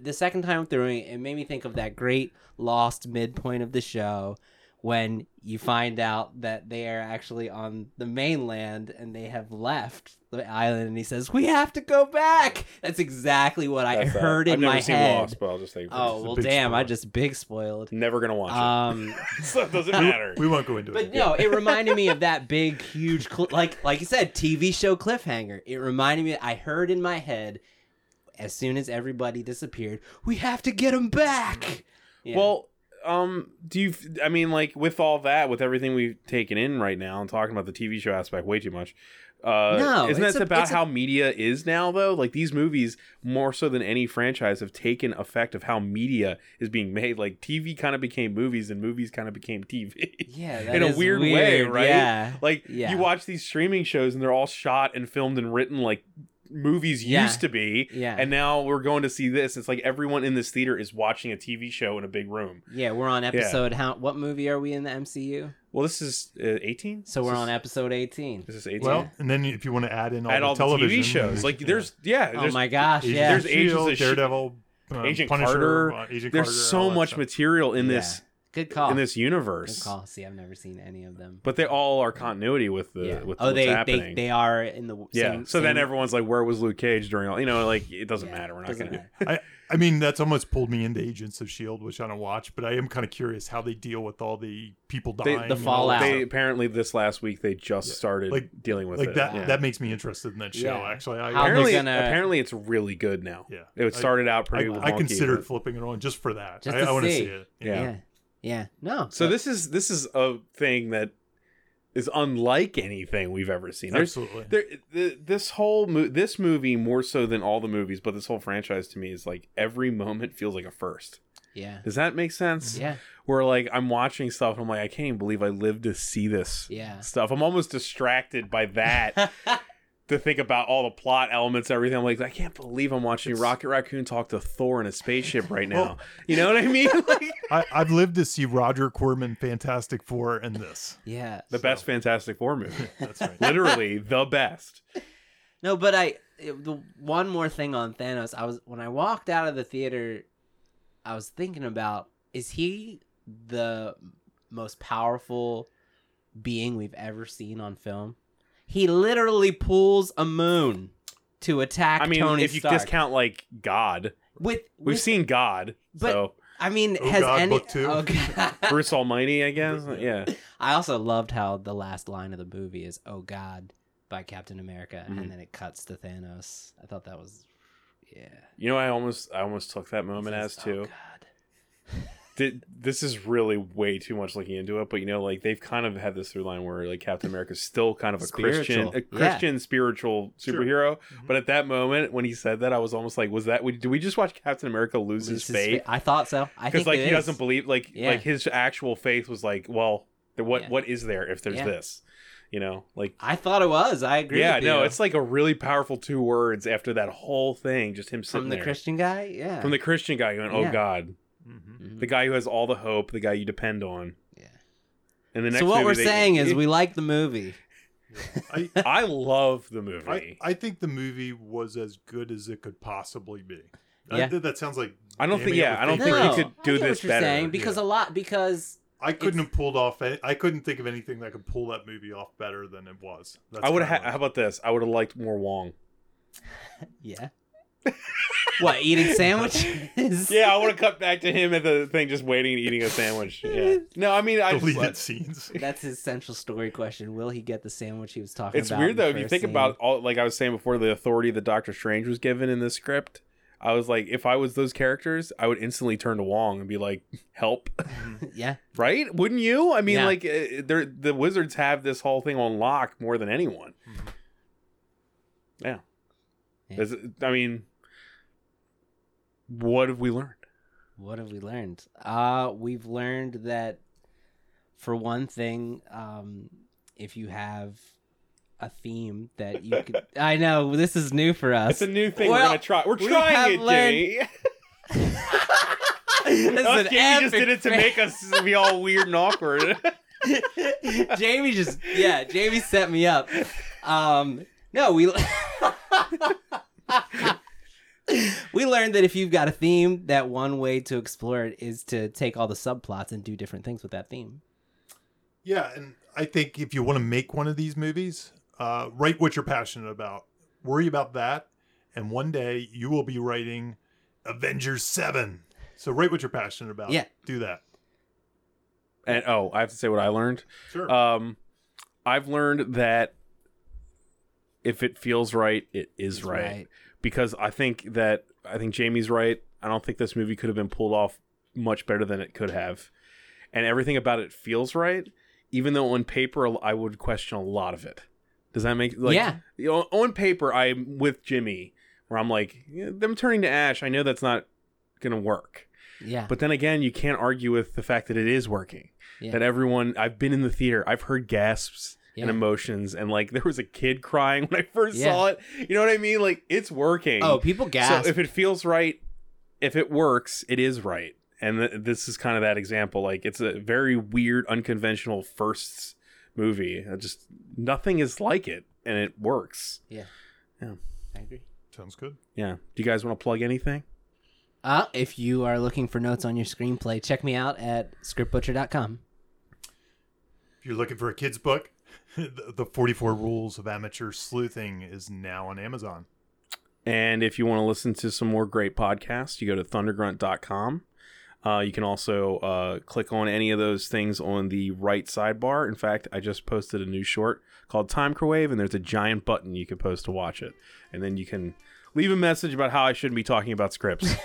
C: the second time through it, it made me think of that great lost midpoint of the show when you find out that they are actually on the mainland and they have left the island and he says we have to go back that's exactly what i
B: That's that.
C: heard in
B: I've never
C: my
B: seen
C: head
B: Lost, but I'll just say
C: oh
D: a
C: well
D: big
C: damn i
D: spoiler.
C: just big spoiled
B: never gonna watch
C: um
B: it. [laughs] so it doesn't matter.
D: We won't go into
C: But
D: it.
B: [laughs]
C: no, it reminded me of that big, huge, cl- like like you said, TV show cliffhanger. It reminded me. I heard in my head, as soon as everybody disappeared, we have to get them back. Yeah.
B: Well, um, do you? I mean, like with all that, with everything we've taken in right now, and talking about the TV show aspect way too much. Uh,
C: No,
B: isn't
C: it's
B: that
C: a-
B: about
C: it's a-
B: how media is now though? Like these movies, more so than any franchise, have taken effect of how media is being made. Like TV kind of became movies, and movies kind of became [laughs] TV.
C: yeah, that
B: in a
C: is
B: weird way, right?
C: Yeah,
B: like
C: Yeah.
B: you watch these streaming shows, and they're all shot and filmed and written like movies
C: Yeah.
B: used to be.
C: yeah,
B: And now we're going to see this. It's like everyone in this theater is watching a TV show in a big room.
C: yeah. We're on episode. How? What movie are we in the MCU?
B: Well, this is uh, 18.
C: So we're on episode eighteen.
B: This is 18.
D: Well,
C: Yeah.
D: and then if you want to add in all
B: at
D: the
B: all the
D: television
B: TV shows,
C: [laughs]
B: like there's yeah,
C: Oh
B: there's
C: my gosh!
D: Agent
C: Yeah,
B: there's
D: of
B: Agents of
D: S.H.I.E.L.D.,
B: Shi-
D: Daredevil, uh,
B: E Agent
D: Punisher,
B: Carter.
D: uh, Agent
B: there's
D: Carter, all
B: so
D: that
B: much
D: stuff.
B: material in
C: Yeah.
B: this
C: good call.
B: in this
C: good
B: universe,
C: call. See, I've never seen any of them.
B: but they all are continuity with the with
C: oh,
B: what's
C: they, they
B: happening.
C: they are in the
B: yeah.
C: Same,
B: so then
C: same-
B: everyone's like, where was Luke Cage during all? You know, like it doesn't
C: Yeah,
B: matter. We're not
C: doesn't
B: gonna.
C: matter.
D: I mean, that's almost pulled me into Agents of Shield, which I don't watch, but I am kind of curious how they deal with all the people
B: They,
D: dying,
C: The
D: and all
C: fallout.
D: that stuff.
B: They apparently this last week they just
D: Yeah.
B: started
D: Like-
B: dealing with
D: like
B: it.
D: that.
B: Yeah.
D: That makes me interested in that show.
C: Yeah.
D: Actually, I,
C: How-
B: apparently,
C: gonna-
B: apparently it's really good now.
D: Yeah.
B: It
D: I-
B: started out
D: I,
B: pretty.
D: I
B: wonky,
D: considered
B: but-
D: flipping it on just for that.
C: Just
D: I,
C: to
D: I want to
C: see.
D: see it.
B: Yeah.
C: yeah, yeah. No.
B: So
C: but-
B: this is this is a thing that is unlike anything we've ever seen. There's
D: absolutely.
B: there, th- this whole mo- this movie more so than all the movies, but this whole franchise to me is like every moment feels like a first.
C: yeah.
B: Does that make [laughs] sense?
C: Yeah,
B: Where like I'm watching stuff, and I'm like, I can't even believe I lived to see this [laughs]
C: yeah.
B: stuff. I'm almost distracted by that
C: yeah,
B: to think about all the plot elements, everything. I'm like, I can't believe I'm watching Rocket Raccoon talk to Thor in a spaceship right now.
D: Well-
B: you know what I [laughs] mean? Like,
D: I, I've lived to see Roger Corman Fantastic Four and this. [laughs]
B: the best Fantastic Four movie, [laughs]
D: That's right.
B: literally the best.
C: No, but I it- the one more thing on Thanos. I was when I walked out of the theater, I was thinking about is he the most powerful being we've ever seen on film? He literally pulls a moon to attack
B: I mean,
C: Tony
B: if you
C: Stark.
B: discount like God,
C: with,
B: we've
C: with-
B: seen God,
C: But-
B: so
C: I mean,
D: Oh
C: has
D: God,
C: any?
D: book two.
C: Oh,
D: [laughs]
C: God. [laughs]
B: Bruce Almighty, I guess.
D: Bruce-
B: Yeah,
C: I also loved how the last line of the movie is "Oh God" by Captain America,
B: Mhm.
C: and then it cuts to Thanos. I thought that was, yeah.
B: you know, I almost, I almost took that moment
C: He
B: as
C: says,
B: too.
C: "Oh, God."
B: Did, this is really way too much looking into it, but you know, like they've kind of had this through line where like Captain America's still kind of a Christian,
C: Spiritual,
B: a
C: yeah.
B: Christian spiritual
D: Sure.
B: superhero.
D: Mhm.
B: But at that moment when he said that, I was almost like, was that? Did we just watch Captain America lose
C: Loses
B: his faith?
C: fa- I thought so. I
B: Because
C: think
B: like
C: it
B: he
C: is.
B: doesn't believe, like
C: Yeah.
B: like his actual faith was like, well, th- what
C: Yeah.
B: what is there if there's
C: Yeah.
B: this? You know, like
C: I thought it was. I agree.
B: Yeah,
C: with
B: no,
C: you.
B: it's like a really powerful two words after that whole thing. Just him sitting
C: from the
B: there.
C: Christian guy. Yeah.
B: from the Christian guy going, "Oh
C: Yeah.
B: God,"
D: Mhm.
C: Mhm.
B: the guy who has all the hope, the guy you depend on.
C: Yeah.
B: And the next
C: so what
B: movie
C: we're
B: they-
C: saying is we like the movie.
D: I,
B: [laughs] I love the
D: I,
B: movie. I,
D: I think the movie was as good as it could possibly be. I-
C: Yeah.
D: that sounds like
B: don't think.
D: damning it
B: Yeah,
D: with
B: I don't
D: big
B: think
D: praise.
C: No,
B: you could
C: I
B: do
C: get
B: this
C: what you're
B: better.
C: saying because a lot because
D: I couldn't
C: It's-
D: have pulled off. Any, I couldn't think of anything that could pull that movie off better than it was. That's
B: I would
D: kinda
B: have. How about this? I would have liked more Wong.
C: yeah. what eating
B: [laughs]
C: sandwiches?
B: Yeah, I would have cut back to him at the thing, just waiting and eating a sandwich.
C: [laughs]
B: Yeah. No, I mean, I
D: like
B: just,
D: deleted scenes.
C: That's his central story question. Will he get the sandwich he was talking
B: It's
C: about? in
B: weird
C: the
B: though. If you
C: first
B: think
C: scene?
B: about all, like I was saying before, the authority that Doctor Strange was given in this script, I was like, if I was those characters, I would instantly turn to Wong and be like, "Help!"
C: yeah,
B: Right? Wouldn't you? I mean,
C: Yeah.
B: like, uh, they're, the wizards have this whole thing on lock more than anyone.
D: Mhm.
B: Yeah.
C: Mm-hmm. Yeah.
B: Is it- I mean, What have we learned?
C: What have we learned? Uh, we've learned that, for one thing, um, if you have a theme that you
B: [laughs]
C: could, I know this is new for us.
A: It's a new thing
C: Well,
A: we're gonna try. We're
C: we
A: trying
C: have
A: it,
C: learned-
A: Jimmy.
C: [laughs]
B: [laughs]
C: This is
B: Us
C: an
B: Jamie just did it to
C: epic
B: make us be all weird and
C: [laughs]
B: awkward.
C: Jamie just yeah, Jamie set me up. Um no, we [laughs] We learned that if you've got a theme, that one way to explore it is to take all the subplots and do different things with that theme.
D: Yeah, and I think if you want to make one of these movies, uh, write what you're passionate about. Worry about that, and one day you will be writing Avengers Seven. So write what you're passionate about.
C: Yeah.
D: do that.
B: and oh, I have to say what I learned.
D: Sure.
B: Um, I've learned that if it feels right, it is right. Because I think that I think Jamie's right. I don't think this movie could have been pulled off much better than it could have, and everything about it feels right, even though on paper I would question a lot of it. Does that make like
C: Yeah.
B: you know, on paper I'm with Jimmy, where I'm like "Yeah, them turning to ash. I know that's not gonna work.
C: Yeah.
B: But then again, you can't argue with the fact that it is working.
C: Yeah.
B: That everyone, I've been in the theater, I've heard gasps
C: Yeah.
B: and emotions, and like [laughs] there was a kid crying when I first
C: Yeah.
B: saw it. You know what I mean? Like it's working.
C: oh, people gasp.
B: so if it feels right, if it works, it is right. And th- this is kind of that example. Like it's a very weird, unconventional first movie. I just nothing is like it, and it works.
C: I agree.
D: Sounds good.
B: Yeah. Do you guys want to plug anything?
C: Uh, if you are looking for notes on your screenplay, check me out at scriptbutcher.com.
D: If you're looking for a kid's book, [laughs] the, the 44 Rules of Amateur Sleuthing is now on Amazon.
B: And if you want to listen to some more great podcasts, you go to thundergrunt.com. Uh, you can also uh, click on any of those things on the right sidebar. In fact, I just posted a new short called Time Crowave, and there's a giant button you can post to watch it. And then you can leave a message about how I shouldn't be talking about scripts.
C: [laughs]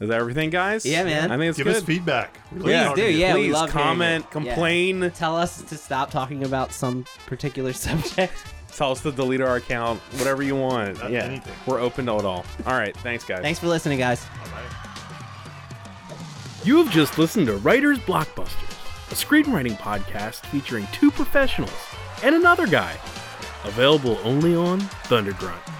B: Is that everything, guys?
C: Yeah, man.
B: I think it's
D: Give
B: good.
D: us feedback. We love
B: Yeah.
D: talking to
C: do,
D: you.
C: yeah. we
B: Please
C: love hearing
B: comment,
C: it.
B: complain,
C: Tell us to stop talking about some particular [laughs] subject.
B: tell us to delete our account, whatever you want.
D: Uh,
B: yeah,
D: anything.
B: we're open to it all. All right, thanks, guys.
C: Thanks for listening, guys.
D: All right.
A: You have just listened to Writers Blockbusters, a screenwriting podcast featuring two professionals and another guy. Available only on Thundergrunt.